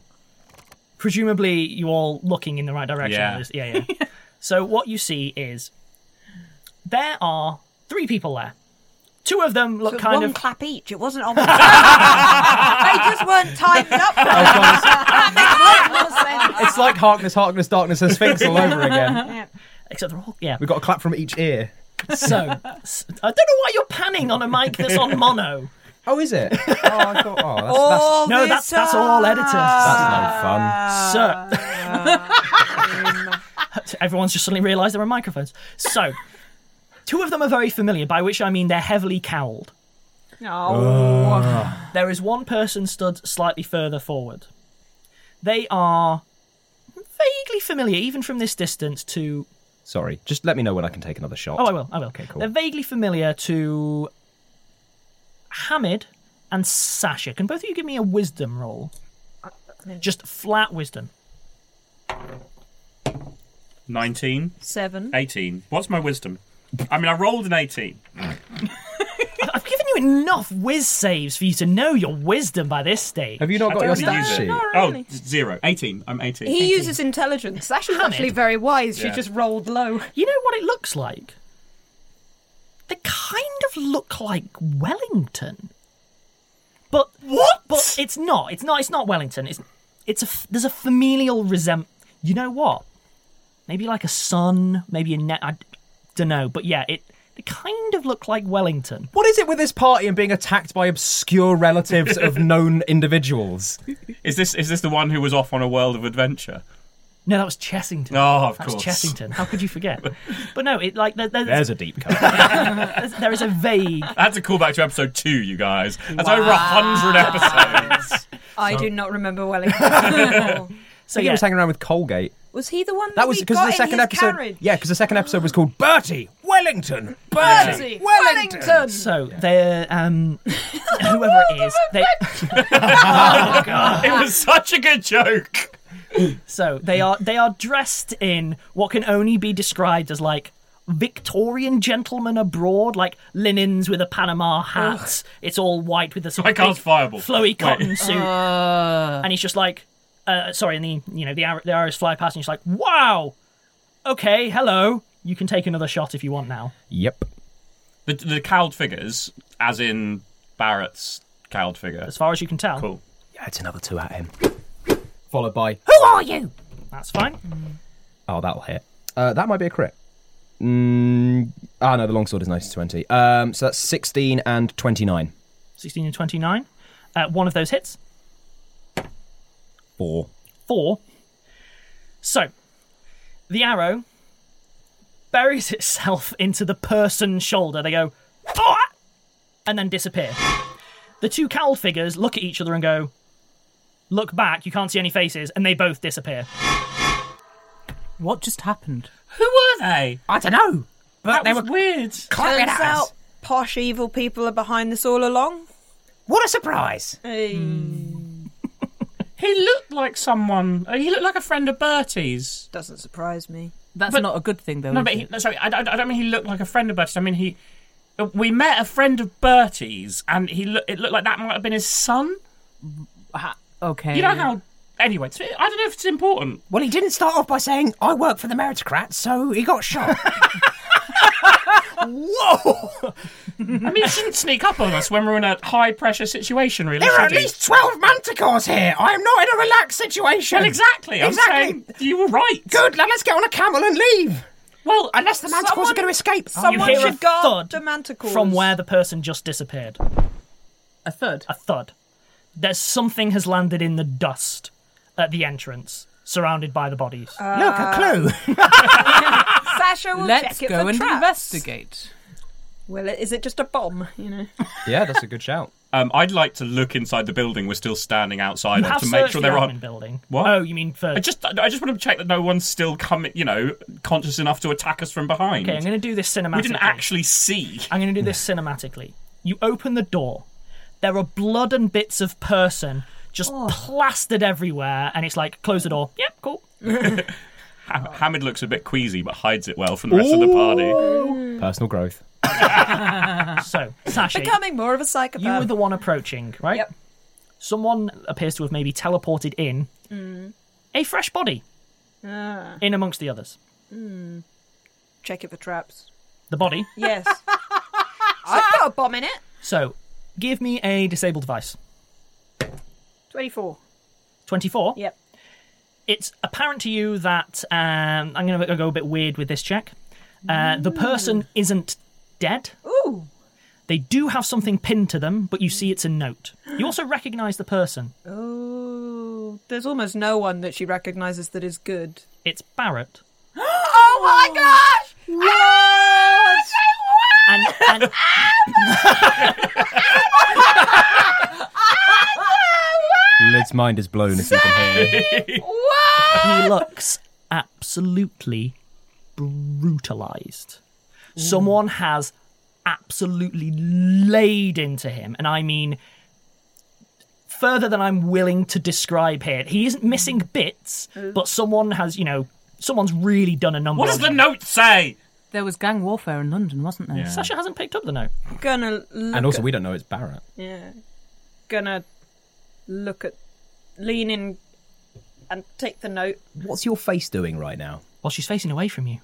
B: presumably you all looking in the right direction.
C: Yeah.
B: yeah. yeah. so what you see is there are three people there. Two of them look
E: But
B: kind
E: one
B: of
E: clap each. It wasn't on. they just weren't timed up. For that.
C: It's like Harkness, Harkness, Darkness, and Sphinx all over again.
B: except they're all yeah.
C: We've got a clap from each ear.
B: So s- I don't know why you're panning on a mic that's on mono.
C: Oh, is it? Oh, I thought, oh, that's,
E: All
B: no,
E: this
B: that's that's all editor.
C: that's no fun.
B: So everyone's just suddenly realised there are microphones. So two of them are very familiar, by which I mean they're heavily cowled.
E: Oh.
B: There is one person stood slightly further forward. They are vaguely familiar, even from this distance, to.
C: Sorry, just let me know when I can take another shot.
B: Oh, I will. I will. Okay,
C: cool.
B: They're vaguely familiar to Hamid and Sasha. Can both of you give me a wisdom roll? Just flat wisdom.
H: 19,
E: Seven.
H: 18. What's my wisdom? I mean, I rolled an 18.
B: I've given you given you enough whiz saves for you to know your wisdom by this stage. Have you
H: I don't really use it. Oh, zero. 18. I'm 18.
E: He uses intelligence. That was actually very wise. She
H: Yeah.
E: just rolled low.
B: You know what it looks like? They kind of look like Wellington, but what? But it's not. It's not. It's not Wellington. It's it's a f- there's a familial resent. You know what? Maybe like a son. Maybe a net. I don't know. But yeah, it they kind of look like Wellington.
C: What is it with this party and being attacked by obscure relatives of known individuals?
H: Is this is this the one who was off on a world of adventure?
B: No, that was Chessington.
H: Oh, of
B: that was
H: course.
B: Chessington. How could you forget? but no, it like there, there's,
H: There's a deep cut.
B: there's- there is a vague.
H: That's a callback to episode two, you guys. That's over a hundred episodes.
E: I do not remember Wellington.
C: So he was hanging around with Colgate.
E: was he the one that,
C: That was
E: we
C: because
E: got
C: the second
E: in his
C: episode.
E: carriage?
C: Yeah, because the second episode was called Bertie Wellington.
E: Bertie Wellington.
B: So they're um, whoever it is. They...
H: Oh, God. It was such a good joke.
B: so they are they are dressed in what can only be described as like Victorian gentlemen abroad, like linens with a Panama hat. It's all white with a sort
H: I
B: of
H: can't
B: big
H: fireball.
B: flowy
H: Wait.
B: cotton suit, and he's just like, uh, sorry, and the you know the Ar- the arrows fly past, and he's like, wow, okay, hello. You can take another shot if you want now.
C: Yep.
H: The, the cowled figures, as in Barrett's cowled figure. As
B: far as you can tell.
H: Cool.
C: Yeah, it's another two at him. Followed by
B: Who are you? That's fine.
C: Oh, that'll hit. Uh, that might be a crit. Mm, ah, no, the longsword is nice to 20. Um, so that's 16 and 29.
B: 16 and 29. Uh, one of those hits.
C: Four.
B: Four. So, the arrow buries itself into the person's shoulder. They go, "Ah!" and then disappear. The two cowled figures look at each other and go, look back, you can't see any faces, and they both disappear.
F: What just happened?
B: Who were they?
I: I don't know.
F: But they were weird.
E: Turns out posh evil people are behind this all along.
I: What a surprise!
F: He looked like
H: Um,
F: someone. He looked like a friend of Bertie's.
E: Doesn't surprise me.
F: That's not a good thing, though.
H: No,
F: is
H: but
F: it?
H: he, no, sorry, I, don't- I don't mean he looked like a friend of Bertie's. I mean he. We met a friend of Bertie's, and he look, it looked like that might have been his son.
F: okay.
H: You know how. Anyway, it's- I don't know if it's important.
I: Well, he didn't start off by saying, I work for the meritocrats, so he got shot.
H: Whoa! I mean, you shouldn't sneak up on us when we're in a high pressure situation, really.
I: there are at
H: should you?
I: least 12 manticores here. I am not in a relaxed situation.
H: Well, exactly. I'm saying you were right.
I: Good, now let's get on a camel and leave.
H: Well,
I: unless the manticores are going to escape.
B: you hear a thud
E: manticores.
B: from where the person just disappeared. A thud? A thud. There's something has landed in the dust at the entrance, surrounded by the bodies.
I: Look,
B: Um,
I: a clue.
E: Sasha will
F: Let's
E: check it
F: go
E: for
F: and
E: traps.
F: investigate.
E: Well, is it just a bomb? You know.
C: Yeah, that's a good shout.
H: Um, I'd like to look inside the building we're still standing outside
B: You
H: of
B: have
H: to make
B: searched
H: sure
B: the
H: there
B: admin
H: aren't.
B: building.
H: What?
B: Oh, you mean for?
H: I just, I just want to check that no one's still coming, you know, conscious enough to attack us from behind.
B: Okay, I'm going to do this cinematically.
H: We didn't actually see.
B: I'm going to do this cinematically. You open the door. There are blood and bits of person just plastered everywhere, and it's like close the door. Yep, cool.
H: Ham- Hamid looks a bit queasy, but hides it well from the rest of the party.
C: Personal growth.
B: so, Sasha,
E: Becoming more of a psychopath.
B: you were the one approaching, right? Yep. Someone appears to have maybe teleported in
E: Mm.
B: a fresh body
E: Ah.
B: in amongst the others.
E: Mm. Check it for traps.
B: The body.
E: Yes. I've got a bomb in it.
B: So, give me a disable device.
E: 24.
B: 24.
E: Yep.
B: It's apparent to you that um, I'm going to go a bit weird with this check. Uh, the person isn't dead.
E: Ooh.
B: They do have something pinned to them, but you see it's a note. You also recognise the person.
E: Oh, there's almost no one that she recognises that is good.
B: It's Barrett.
E: oh my gosh! What?
B: And, and
C: Lid's mind is blown if you can hear.
B: he looks absolutely brutalised. Someone has absolutely laid into him, and I mean further than I'm willing to describe here. He isn't missing bits, but someone has, you know, someone's really done a number.
H: Mm. What does
B: on
H: the
B: him.
H: note say?
A: There was gang warfare in London, wasn't there?
E: Yeah. Sasha
A: hasn't picked up the note.
E: Gonna look
C: and also,
E: at-
C: we don't know it's Barrett.
E: Yeah. Gonna look at lean in and take the note.
C: What's your face doing right now?
B: Well, she's facing away from you.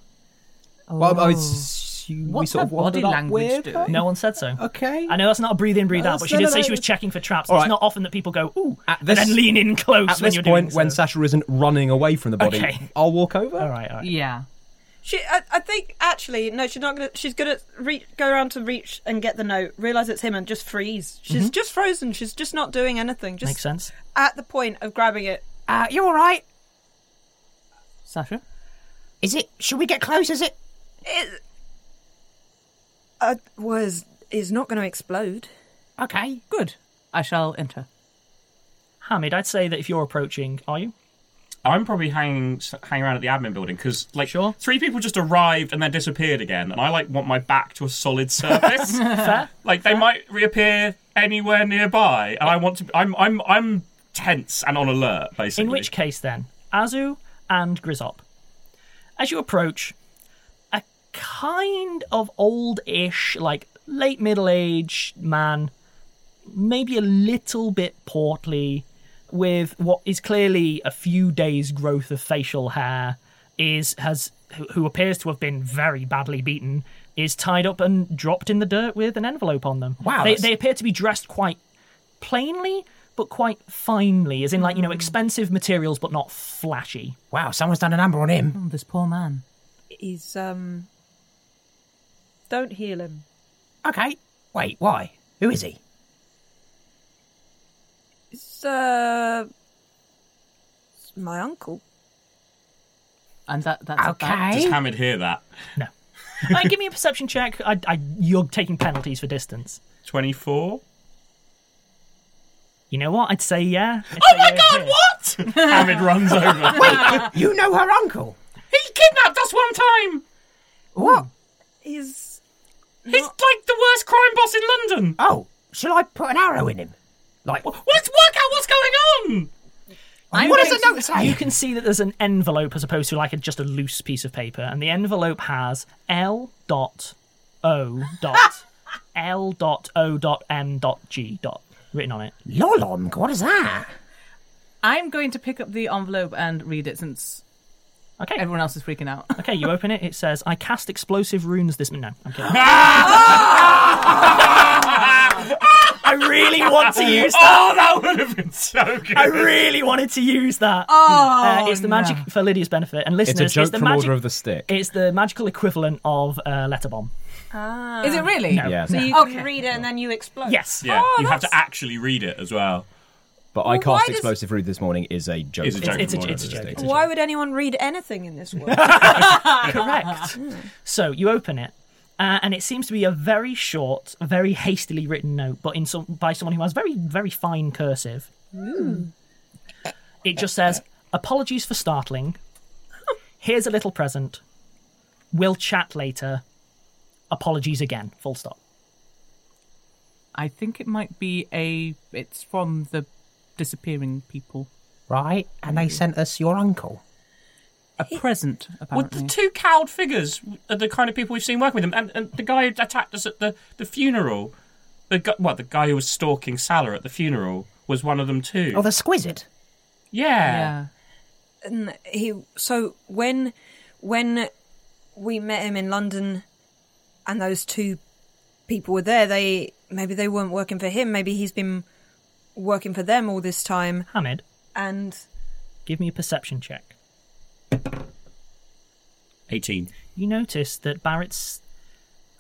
B: Oh.
C: Well, I assume we sort of wandered up with her?
B: No one said so.
C: Okay.
B: I know that's not a breathe in, breathe
C: No,
B: out,
C: that's-
B: but she
C: no,
B: did
C: no,
B: say
C: no,
B: she was
C: no.
B: checking for traps.
C: All
B: It's
C: right.
B: not often that people go, ooh,
C: At
B: and then lean in close
C: At
B: when
C: this
B: you're
C: point,
B: doing
C: when Sasha isn't running away from the body,
B: Okay.
C: I'll walk over. All
B: right, all right.
A: Yeah.
E: She, I, I think actually no, she's not gonna. She's gonna reach, go around to reach and get the note, realize it's him, and just freeze. She's
I: Mhm.
E: just frozen. She's just not doing anything. Just
I: Makes sense.
E: At the point of grabbing it,
I: Uh, you all right?
A: Sasha?
I: Is it. Should we get close? Is it.
E: it uh, was is not going to explode.
I: Okay.
A: Good. I shall enter.
B: Hamid, I'd say that if you're approaching, are you?
H: I'm probably hanging hanging around at the admin building because like three people just arrived and then disappeared again, and I like want my back to a solid surface.
B: Fair.
H: Like they might reappear anywhere nearby, and I want to. I'm I'm I'm tense and on alert basically.
B: In which case, then, Azu and Grizzop. As you approach, a kind of old ish, like late middle aged man, maybe a little bit portly, with what is clearly a few days' growth of facial hair, is has who- who appears to have been very badly beaten, is tied up and dropped in the dirt with an envelope on them.
I: Wow,
B: They,
I: that's-
B: they appear to be dressed quite plainly, but quite finely, as in like you
I: Hmm.
B: know expensive materials, but not flashy.
I: Wow, oh, someone's done a number on him.
A: this poor man.
E: He's um. Don't heal him.
I: Okay. Wait, why? Who is he?
E: It's uh. It's my uncle.
A: And that that's
E: Okay.
H: Does Hamid hear that?
B: All right, give me a perception check. I, I, you're taking penalties for distance.
H: Twenty four.
B: You know what? I'd say yeah.
I: Oh my god, what?
H: Hamid runs over.
I: Wait, you know her uncle?
H: He kidnapped us one time.
I: What?
E: He's
H: He's like the worst crime boss in London.
I: Oh, shall I put an arrow in him? Like, well,
H: let's work out what's going on.
I: what does the note say?
B: You can see that there's an envelope as opposed to like a, just a loose piece of paper, and the envelope has L dot O dot L dot O dot M dot G dot written on it.
I: Lolong, what is that?
A: I'm going to pick up the envelope and read it since
B: okay.
A: everyone else is freaking out.
B: Okay, you open it. It says, "I cast explosive runes this no." I'm kidding.
H: Ah!
B: I really want to use that.
H: Oh, that would have been so good.
B: I really wanted to use that.
A: Oh,
B: Uh, it's the magic for Lydia's benefit and
C: It's
B: listeners.
C: a joke
B: the
C: from
B: magic.
C: Order of the Stick.
B: It's the magical equivalent of uh, letter bomb.
E: Ah.
A: Is it really?
B: No.
C: Yeah.
E: So
C: No.
E: you can read it and then you explode.
B: Yes.
H: Yeah,
E: Oh,
H: you have to
E: that's-
H: actually read it as well.
C: But I
E: Well, why
C: cast
E: does-
C: explosive rude this morning is a joke.
H: It's a
C: from
H: joke
C: Order
H: It's-
C: of
H: it's-
C: the
H: it's a
C: Stick.
H: joke.
E: Why would anyone read anything in this world?
B: Correct. So you open it, uh, and it seems to be a very short, very hastily written note, but in some by someone who has very, very fine cursive. It just says, "Apologies for startling. Here's a little present. We'll chat later. Apologies again." Full stop.
A: I think it might be a. It's from the disappearing people.
I: Right, and they sent us your uncle.
A: A present,
H: Well,
A: apparently.
H: the two cowed figures are the kind of people we've seen working with them, and, and the guy who attacked us at the, the funeral, the gu- well, the guy who was stalking Salah at the funeral was one of them too.
I: Oh, the squizzard.
H: yeah.
E: and he so when when we met him in London and those two people were there they maybe they weren't working for him maybe he's been working for them all this time
B: Hamid,
E: and
B: give me a perception check.
H: eighteen.
B: you notice that Barrett's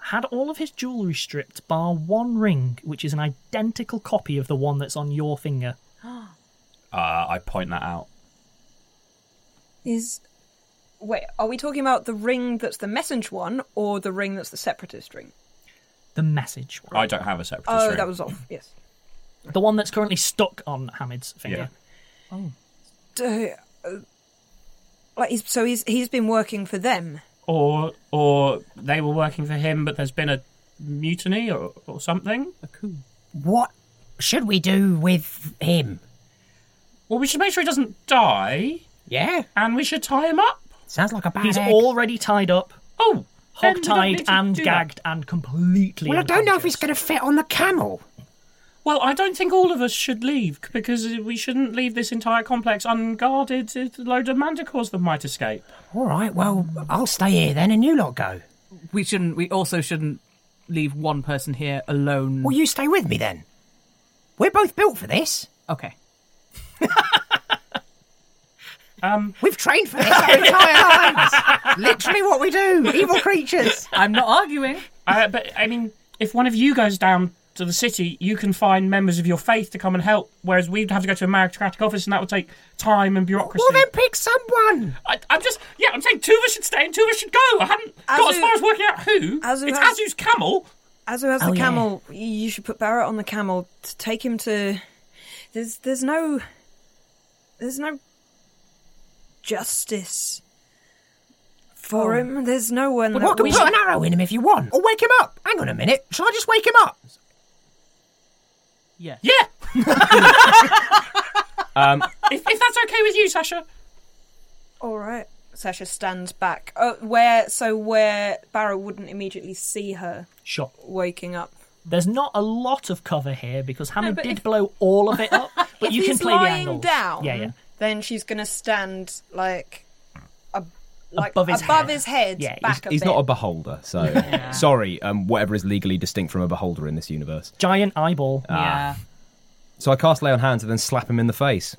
B: had all of his jewellery stripped, bar one ring, which is an identical copy of the one that's on your finger.
H: Uh, I point that out.
E: is wait are we talking about the ring that's the message one or the ring that's the separatist ring
B: The message.
H: I don't have a separate.
E: oh that was off yes
B: The one that's currently stuck on Hamid's finger.
A: Oh.
E: Do- uh, like he's, so he's he's been working for them
H: Or or they were working for him, but there's been a mutiny or, or something. A coup.
I: What should we do with him?
H: Well, we should make sure he doesn't die.
I: Yeah.
H: And we should tie him up.
I: Sounds like a bad
B: He's
I: egg.
B: already tied up.
H: Oh,
B: hogtied
F: knitting-
B: and
F: do that.
B: gagged and completely.
F: Well, I don't
B: know if he's going
I: to fit on the camel.
H: Well, I don't think all of us should leave c- because we shouldn't leave this entire complex unguarded. It's a load of manticores that might escape.
I: All right, well, I'll stay here then and you lot go.
F: We shouldn't. We also shouldn't leave one person here alone.
I: Well, you stay with me then. We're both built for this.
F: Okay.
H: um,
I: We've trained for this our entire lives. Literally what we do. Evil creatures.
F: I'm not arguing.
H: Uh, but I mean, if one of you goes down to the city, you can find members of your faith to come and help. Whereas we'd have to go to a meritocratic office, and that would take time and bureaucracy. Well, then
I: pick someone.
H: I, I'm just yeah. I'm saying two of us should stay and two of us should go. I hadn't got as
E: Azu-
H: far as working out who.
E: Azu
H: it's
E: has-
H: Azu's camel.
E: Azu has
H: Oh,
E: the
H: yeah.
E: camel. You should put Barrett on the camel to take him to. There's there's no. There's no justice for
I: Oh.
E: him. There's no one.
I: Well,
E: that
I: I can
E: we
I: put
E: should-
I: an arrow in him if you want. Or wake him up. Hang on a minute. Shall I just wake him up?
F: Yeah.
H: Yeah.
C: Um,
H: if, if that's okay with you, Sasha.
E: All right. Sasha stands back. Uh, where so where Barrow wouldn't immediately see her
B: Sure.
E: waking up.
B: There's not a lot of cover here because Hammond
E: but
B: did
E: if-
B: blow all of it up, but
E: if
B: you can
E: he's
B: play the
E: lying
B: angles.
E: down,
B: Yeah, yeah.
E: Then she's gonna stand like, ab- like
B: Above his head.
C: Yeah,
E: back
C: he's,
E: a
C: he's
E: bit.
C: not a beholder, so sorry. Um, whatever is legally distinct from a beholder in this universe.
B: Giant eyeball.
C: Ah. So I cast lay on hands and then slap him in the face.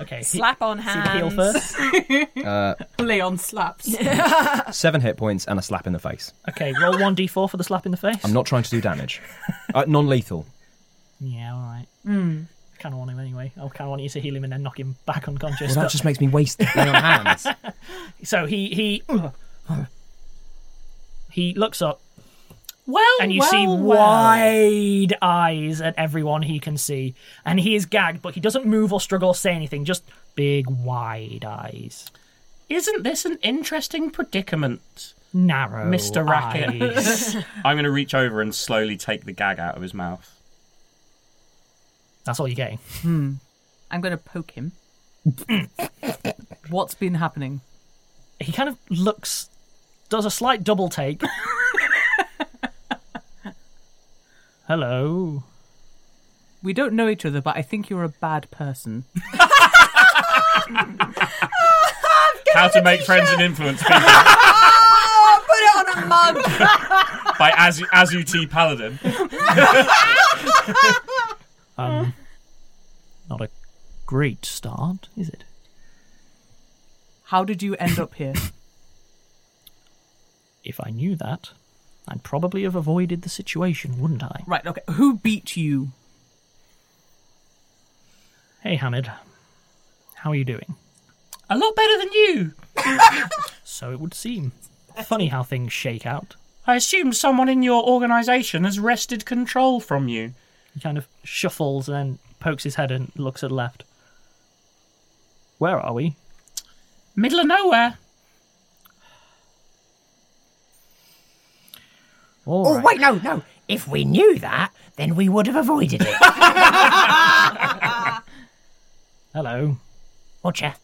B: Okay.
E: Slap on
F: See the heel
E: hands.
C: Uh,
F: Leon slaps.
C: seven hit points and a slap in the face.
B: Okay, roll 1d4 for the slap in the face.
C: I'm not trying to do damage. Uh, non-lethal.
B: Yeah, all right. I kind of want him anyway. I kind of want you to heal him and then knock him back
C: Well,
B: unconscious.
C: that
B: but-
C: just makes me waste lay on hands.
B: so he he he looks up.
H: Well,
B: and you
H: well,
B: see
H: well.
B: wide eyes at everyone he can see, and he is gagged, but he doesn't move or struggle or say anything. Just big wide eyes,
H: Isn't this an interesting predicament,
B: narrow,
M: Oh,
H: Mr.
B: eyes.
H: Racket? I'm going to reach over and slowly take the gag out of his mouth.
B: That's all you're getting.
F: Hmm. I'm going to poke him. What's been happening?
B: He kind of looks, does a slight double take. Hello.
F: We don't know each other, but I think you're a bad person.
H: How to make friends and influence people
E: oh, put it on a mug.
H: by Azu, Azu T Paladin.
B: Um, not a great start, is it?
F: How did you end up here?
B: If I knew that, I'd probably have avoided the situation, wouldn't I?
F: Right, okay. Who beat you?
B: Hey, Hamid. How are you doing?
H: A lot better than you.
B: So it would seem. Funny how things shake out.
H: I assume someone in your organisation has wrested control from you.
B: He kind of shuffles and then pokes his head and looks at left. Where are we?
H: Middle of nowhere.
I: oh, wait, no, no. If we knew that, then we would have avoided it.
B: Hello.
I: Roger.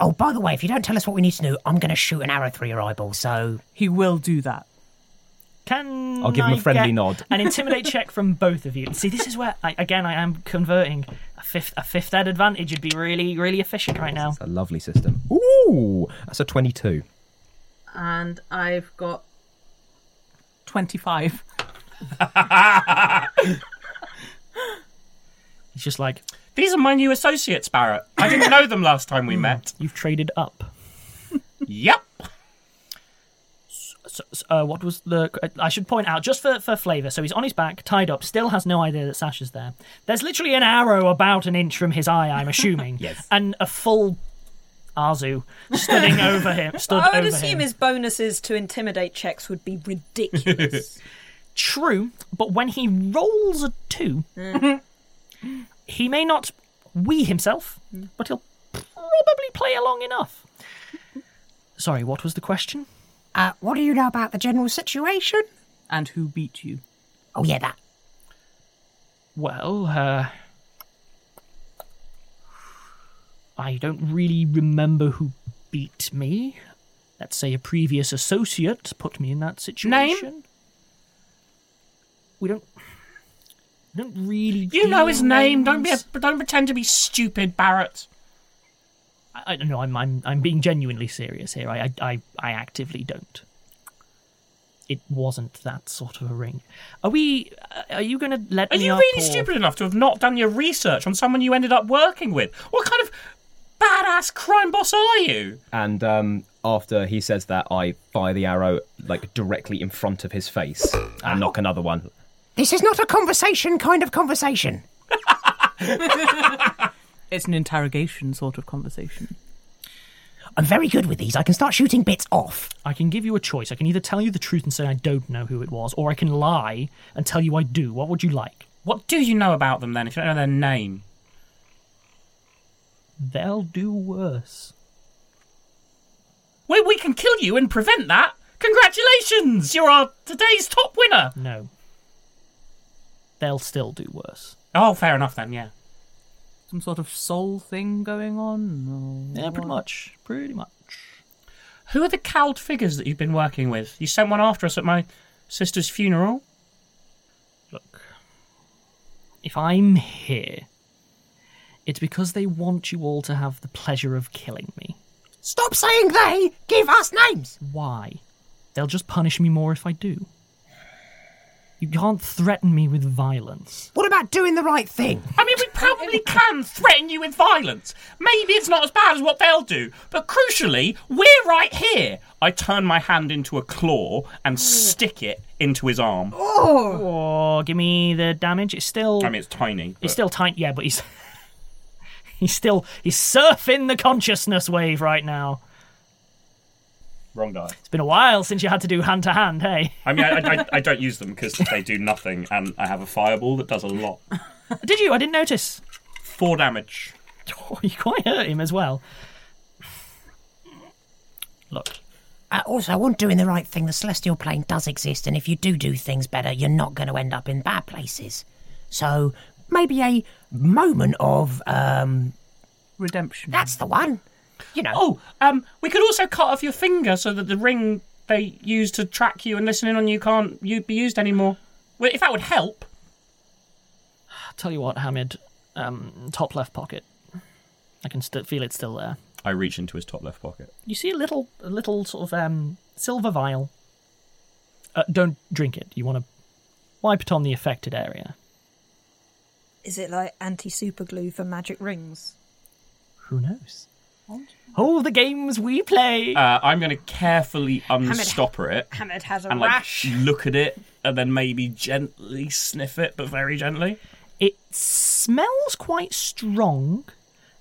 I: Oh, by the way, if you don't tell us what we need to do, I'm going to shoot an arrow through your eyeball, so.
F: He will do that.
B: Can
C: I'll give him a
B: I
C: friendly
B: get
C: nod.
B: An intimidate check from both of you. See, this is where I, again I am converting a fifth a fifth ed advantage would be really really efficient right now.
C: A lovely system. Ooh, that's a 22.
F: And I've got 25.
B: He's just like,
H: These are my new associates, Barrett. I didn't know them last time we met.
B: Hmm. You've traded up.
H: Yep.
B: So, so, uh, what was the? I should point out just for for flavour. So he's on his back, tied up, still has no idea that Sasha's there. There's literally an arrow about an inch from his eye. I'm assuming. yes. And a full Arzu studding over him. Stood
E: I would
B: over
E: assume
B: him.
E: his bonuses to intimidate checks would be ridiculous.
B: True, but when he rolls a two,
E: Hmm.
B: he may not wee himself,
E: Hmm.
B: but he'll probably play along enough. Sorry, what was the question?
I: Uh, what do you know about the general situation?
F: And who beat you?
I: Oh, yeah, that.
B: Well, uh, I don't really remember who beat me. Let's say a previous associate put me in that situation. Name? We don't. we don't really.
M: You know his name. Don't be
B: names.
M: a, don't pretend to be stupid, Barrett.
B: I, I don't know. I'm, I'm I'm being genuinely serious here. I, I I I actively don't. It wasn't that sort of a ring. Are we? uh, Are you going to let
M: Are
B: me
M: you
B: up?
M: really
B: or-
M: stupid enough to have not done your research on someone you ended up working with? What kind of badass crime boss are you?
C: And um, after he says that, I fire the arrow like directly in front of his face and knock another one.
I: This is not a conversation kind of conversation.
F: It's an interrogation sort of conversation.
I: I'm very good with these. I can start shooting bits off.
B: I can give you a choice. I can either tell you the truth and say I don't know who it was, or I can lie and tell you I do. What would you like?
M: What do you know about them then? If you don't know their name,
B: They'll do worse.
M: we we can kill you and prevent that. Congratulations, you're our today's top winner.
B: No. They'll still do worse.
M: Oh, fair enough then. Yeah.
F: Some sort of soul thing going on? Or
B: Yeah, pretty
F: what?
B: much. Pretty much.
M: Who are the cowled figures that you've been working with? You sent one after us at my sister's funeral.
B: If I'm here, it's because they want you all to have the pleasure of killing me.
I: Stop saying they. Give us names.
B: Why? They'll just punish me more if I do. You can't threaten me with violence.
I: What about doing the right thing?
M: I mean, we probably can threaten you with violence. Maybe it's not as bad as what they'll do, but crucially, we're right here. I turn my hand into a claw and stick it into his arm.
B: Oh! give me the damage. It's still.
M: I mean, it's tiny.
B: He's
M: but-
B: still tiny, yeah, but he's he's still he's surfing the consciousness wave right now.
H: Wrong die.
B: It's been a while since you had to do hand to hand, hey?
H: I mean, I, I, I don't use them because they do nothing, and I have a fireball that does a lot.
B: Did you? I didn't notice.
H: Four damage.
B: You quite hurt him as well. Look.
I: Uh, also, on doing the right thing, the celestial plane does exist, and if you do do things better, you're not going to end up in bad places. So maybe a moment of um,
F: redemption.
I: That's the one. You know.
M: Oh, um, we could also cut off your finger so that the ring they use to track you and listen in on you can't you be used anymore. Well, if that would help.
B: Tell you what, Hamid, um, top left pocket. I can still feel it's still there.
H: I reach into his top left pocket.
B: You see a little, a little sort of um, silver vial. Uh, don't drink it. You want to wipe it on the affected area.
E: Is it like anti super glue for magic rings?
B: Who knows? Oh, the games we play.
H: Uh, I'm going to carefully unstopper it.
E: Hamid has a
H: and like
E: rash.
H: look at it and then maybe gently sniff it, but very gently.
B: It smells quite strong,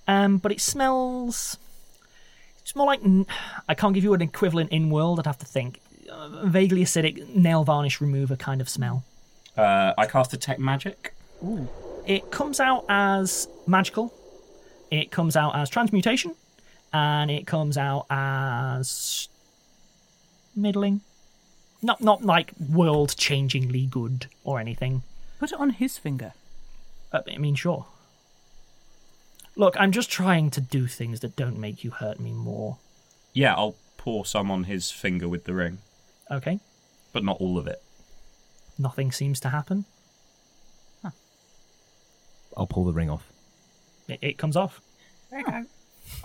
B: um, but it smells. It's more like I can't give you an equivalent in world. I'd have to think. Uh, vaguely acidic nail varnish remover kind of smell.
H: Uh, I cast detect magic.
B: Ooh. It comes out as magical. It comes out as transmutation, and it comes out as middling. Not not like world changingly good or anything.
F: Put it on his finger.
B: Uh, I mean, sure. Look, I'm just trying to do things that don't make you hurt me more.
H: Yeah, I'll pour some on his finger with the ring,
B: Okay?
H: but not all of it.
B: Nothing seems to happen.
C: I'll pull the ring off.
B: It, it comes off.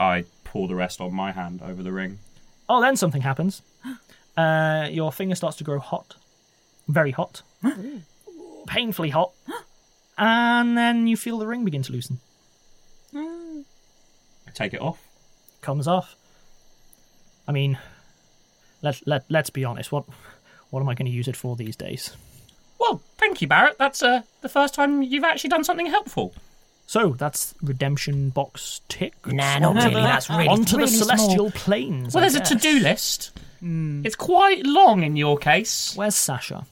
H: I pour the rest on my hand over the ring.
B: Oh, then something happens. Uh, your finger starts to grow hot. Very hot. Painfully hot. And then you feel the ring begin to loosen.
H: I take it off.
B: Comes off. I mean, let, let, let's be honest. What, what am I going to use it for these days?
M: Well, thank you, Barrett. That's uh, the first time you've actually done something helpful.
B: So that's redemption box tick.
M: Nah, not really, that's really-
B: onto
M: really
B: the
M: small.
B: celestial planes.
M: Well,
B: I
M: there's a
B: guess. Hmm.
M: to-do list. It's quite long in your case.
B: Where's Sasha?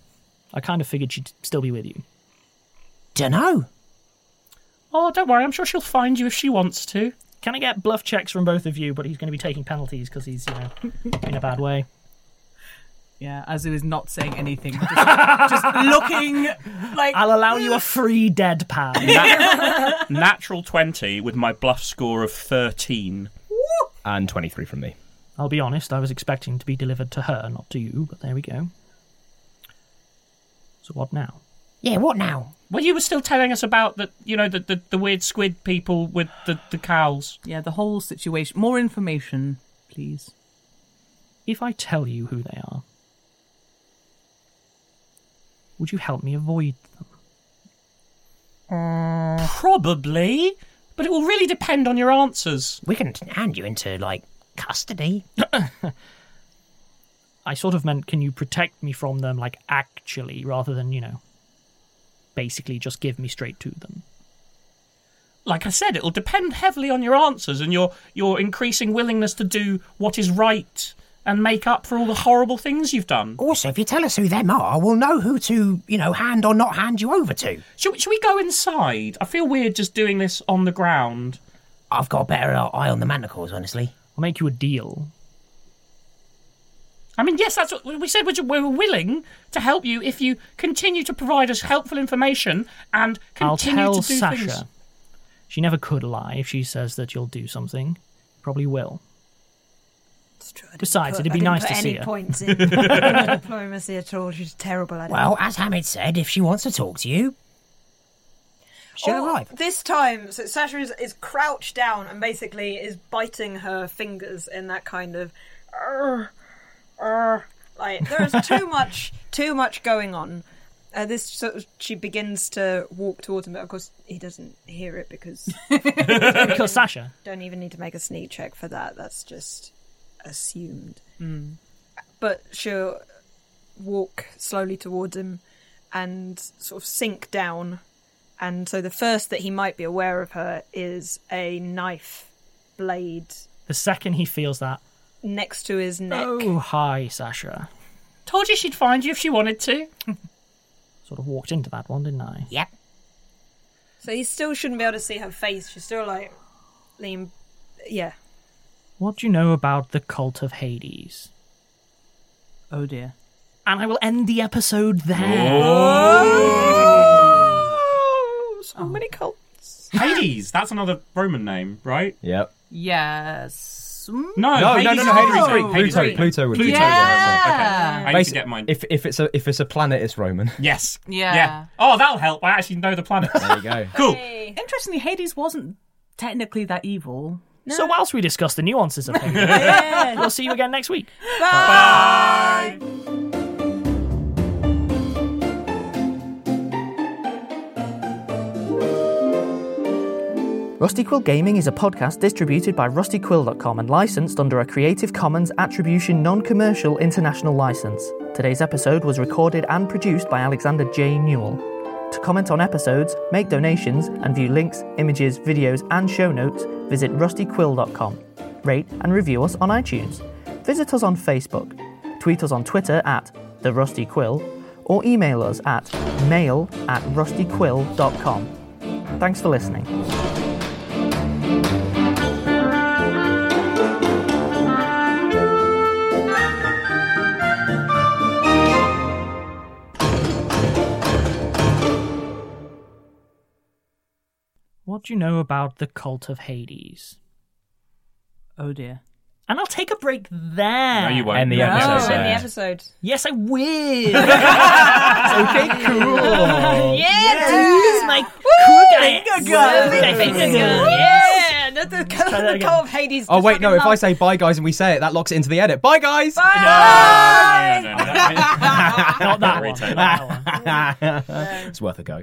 B: I kind of figured she'd still be with you.
I: Dunno.
M: Oh, don't worry. I'm sure she'll find you if she wants to.
B: Can I get bluff checks from both of you? But he's going to be taking penalties because he's you know in a bad way.
F: Yeah, Azu is not saying anything. Just, just looking like
B: I'll allow you a free deadpan.
H: Natural 20 with my bluff score of 13.
C: And 23 from me.
B: I'll be honest, I was expecting to be delivered to her, not to you, but there we go. So what now?
I: Yeah, what now?
M: Well, you were still telling us about the, you know, the, the, the weird squid people with the, the cows.
F: Yeah, the whole situation. More information, please.
B: If I tell you who they are, would you help me avoid
M: Probably, but it will really depend on your answers.
I: We can hand you into like custody.
B: I sort of meant, can you protect me from them, like actually, rather than, you know, basically just give me straight to them?
M: Like I said, it will depend heavily on your answers and your your increasing willingness to do what is right and make up for all the horrible things you've done.
I: Also, if you tell us who them are, we'll know who to, you know, hand or not hand you over to.
M: Should we, should we go inside? I feel weird just doing this on the ground.
I: I've got a better eye on the manacles, honestly.
B: I'll make you a deal.
M: I mean, yes, that's what we said. We were willing to help you if you continue to provide us helpful information and
B: I'll
M: continue
B: tell
M: to do
B: Sasha.
M: things.
B: She never could lie if she says that you'll do something. Probably will. Besides,
E: Put-
B: it'd
E: I
B: be
E: didn't
B: nice
E: put
B: to see
E: any
B: her.
E: points in diplomacy at all. She's terrible at it.
I: Well, as Hamid said, if she wants to talk to you,
B: Oh.
I: she'll
E: Or
I: arrive.
E: Oh, This time, so Sasha is, is crouched down and basically is biting her fingers in that kind of. "Arr, arr," like there is too much, too much going on. Uh, this sort of, she begins to walk towards him, but of course he doesn't hear it because
B: Kill Sasha.
E: Don't even need to make a sneak check for that. That's just assumed.
B: Hmm.
E: But she'll walk slowly towards him and sort of sink down. And so the first that he might be aware of her is a knife blade
B: The second he feels that,
E: next to his neck.
B: oh, hi, Sasha.
M: Told you she'd find you if she wanted to.
B: Sort of walked into that one, didn't I?
I: Yep.
E: So he still shouldn't be able to see her face. She's still like lean. Yeah.
B: What do you know about the cult of Hades?
F: Oh dear.
B: And I will end the episode there.
M: Oh.
A: Oh.
E: So
F: Oh.
E: many cults.
H: Hades, that's another Roman name, right?
C: Yep.
F: Yes. No,
C: no,
H: No,
C: no,
H: Hades
C: no,
H: is
C: no, Hades is
H: Greek.
C: Greek.
H: Hades is
C: Pluto,
H: Greek.
C: Pluto would be
H: Pluto,
C: Pluto,
H: yeah, that's right. Okay. I need to
C: Basically,
H: get mine.
C: If, if it's a if it's a planet, it's Roman.
H: Yes.
F: Yeah.
H: Oh, that'll help. I actually know the planet.
C: There you go.
H: Cool.
F: Interestingly, Hades wasn't technically that evil.
B: So whilst we discuss the nuances of Hades, we'll see you again next week.
F: Oh,
B: Rusty Quill Gaming is a podcast distributed by rustyquill.com and licensed under a Creative Commons Attribution Non Commercial International License. Today's episode was recorded and produced by Alexander J. Newell. To comment on episodes, make donations, and view links, images, videos, and show notes, visit rustyquill.com. Rate and review us on iTunes. Visit us on Facebook. Tweet us on Twitter at The Rusty Quill or email us at mail at rustyquill.com. Thanks for listening. What do you know about the cult of Hades?
F: Oh dear.
B: And I'll take a break there.
H: No, you won't.
C: End the episode.
E: In the episode.
B: Yes, I will. okay, cool.
E: Yeah,
B: Use my
E: Finger
B: cool
E: gun.
B: guy. Finger gun.
E: Yeah, that's the colour the colour of Hades.
C: Oh
E: just
C: wait, no.
E: fucking
C: If I say bye guys and we say it, that locks it into the edit. Bye guys.
E: Bye.
B: Not that one.
H: Retake.
B: not that one.
C: it's worth a go.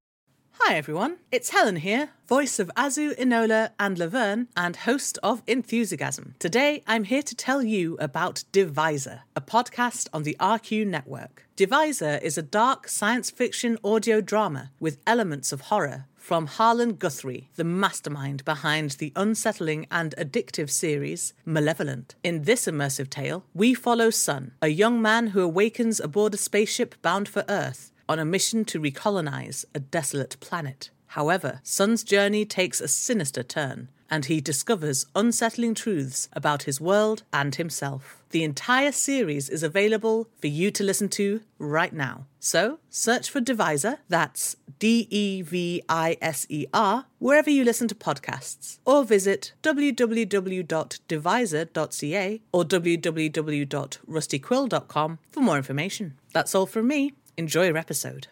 A: Hi everyone, it's Helen here, voice of Azu, Inola, and Laverne, and host of Enthusiasm. Today I'm here to tell you about Divisor, a podcast on the RQ network. Divisor is a dark science fiction audio drama with elements of horror from Harlan Guthrie, the mastermind behind the unsettling and addictive series Malevolent. In this immersive tale, we follow Sun, a young man who awakens aboard a spaceship bound for Earth on a mission to recolonize a desolate planet. However, Sun's journey takes a sinister turn, and he discovers unsettling truths about his world and himself. The entire series is available for you to listen to right now. So search for Divisor, that's D E V I S E R, wherever you listen to podcasts, or visit www.divisor.ca or www.rustyquill.com for more information. That's all from me. Enjoy your episode.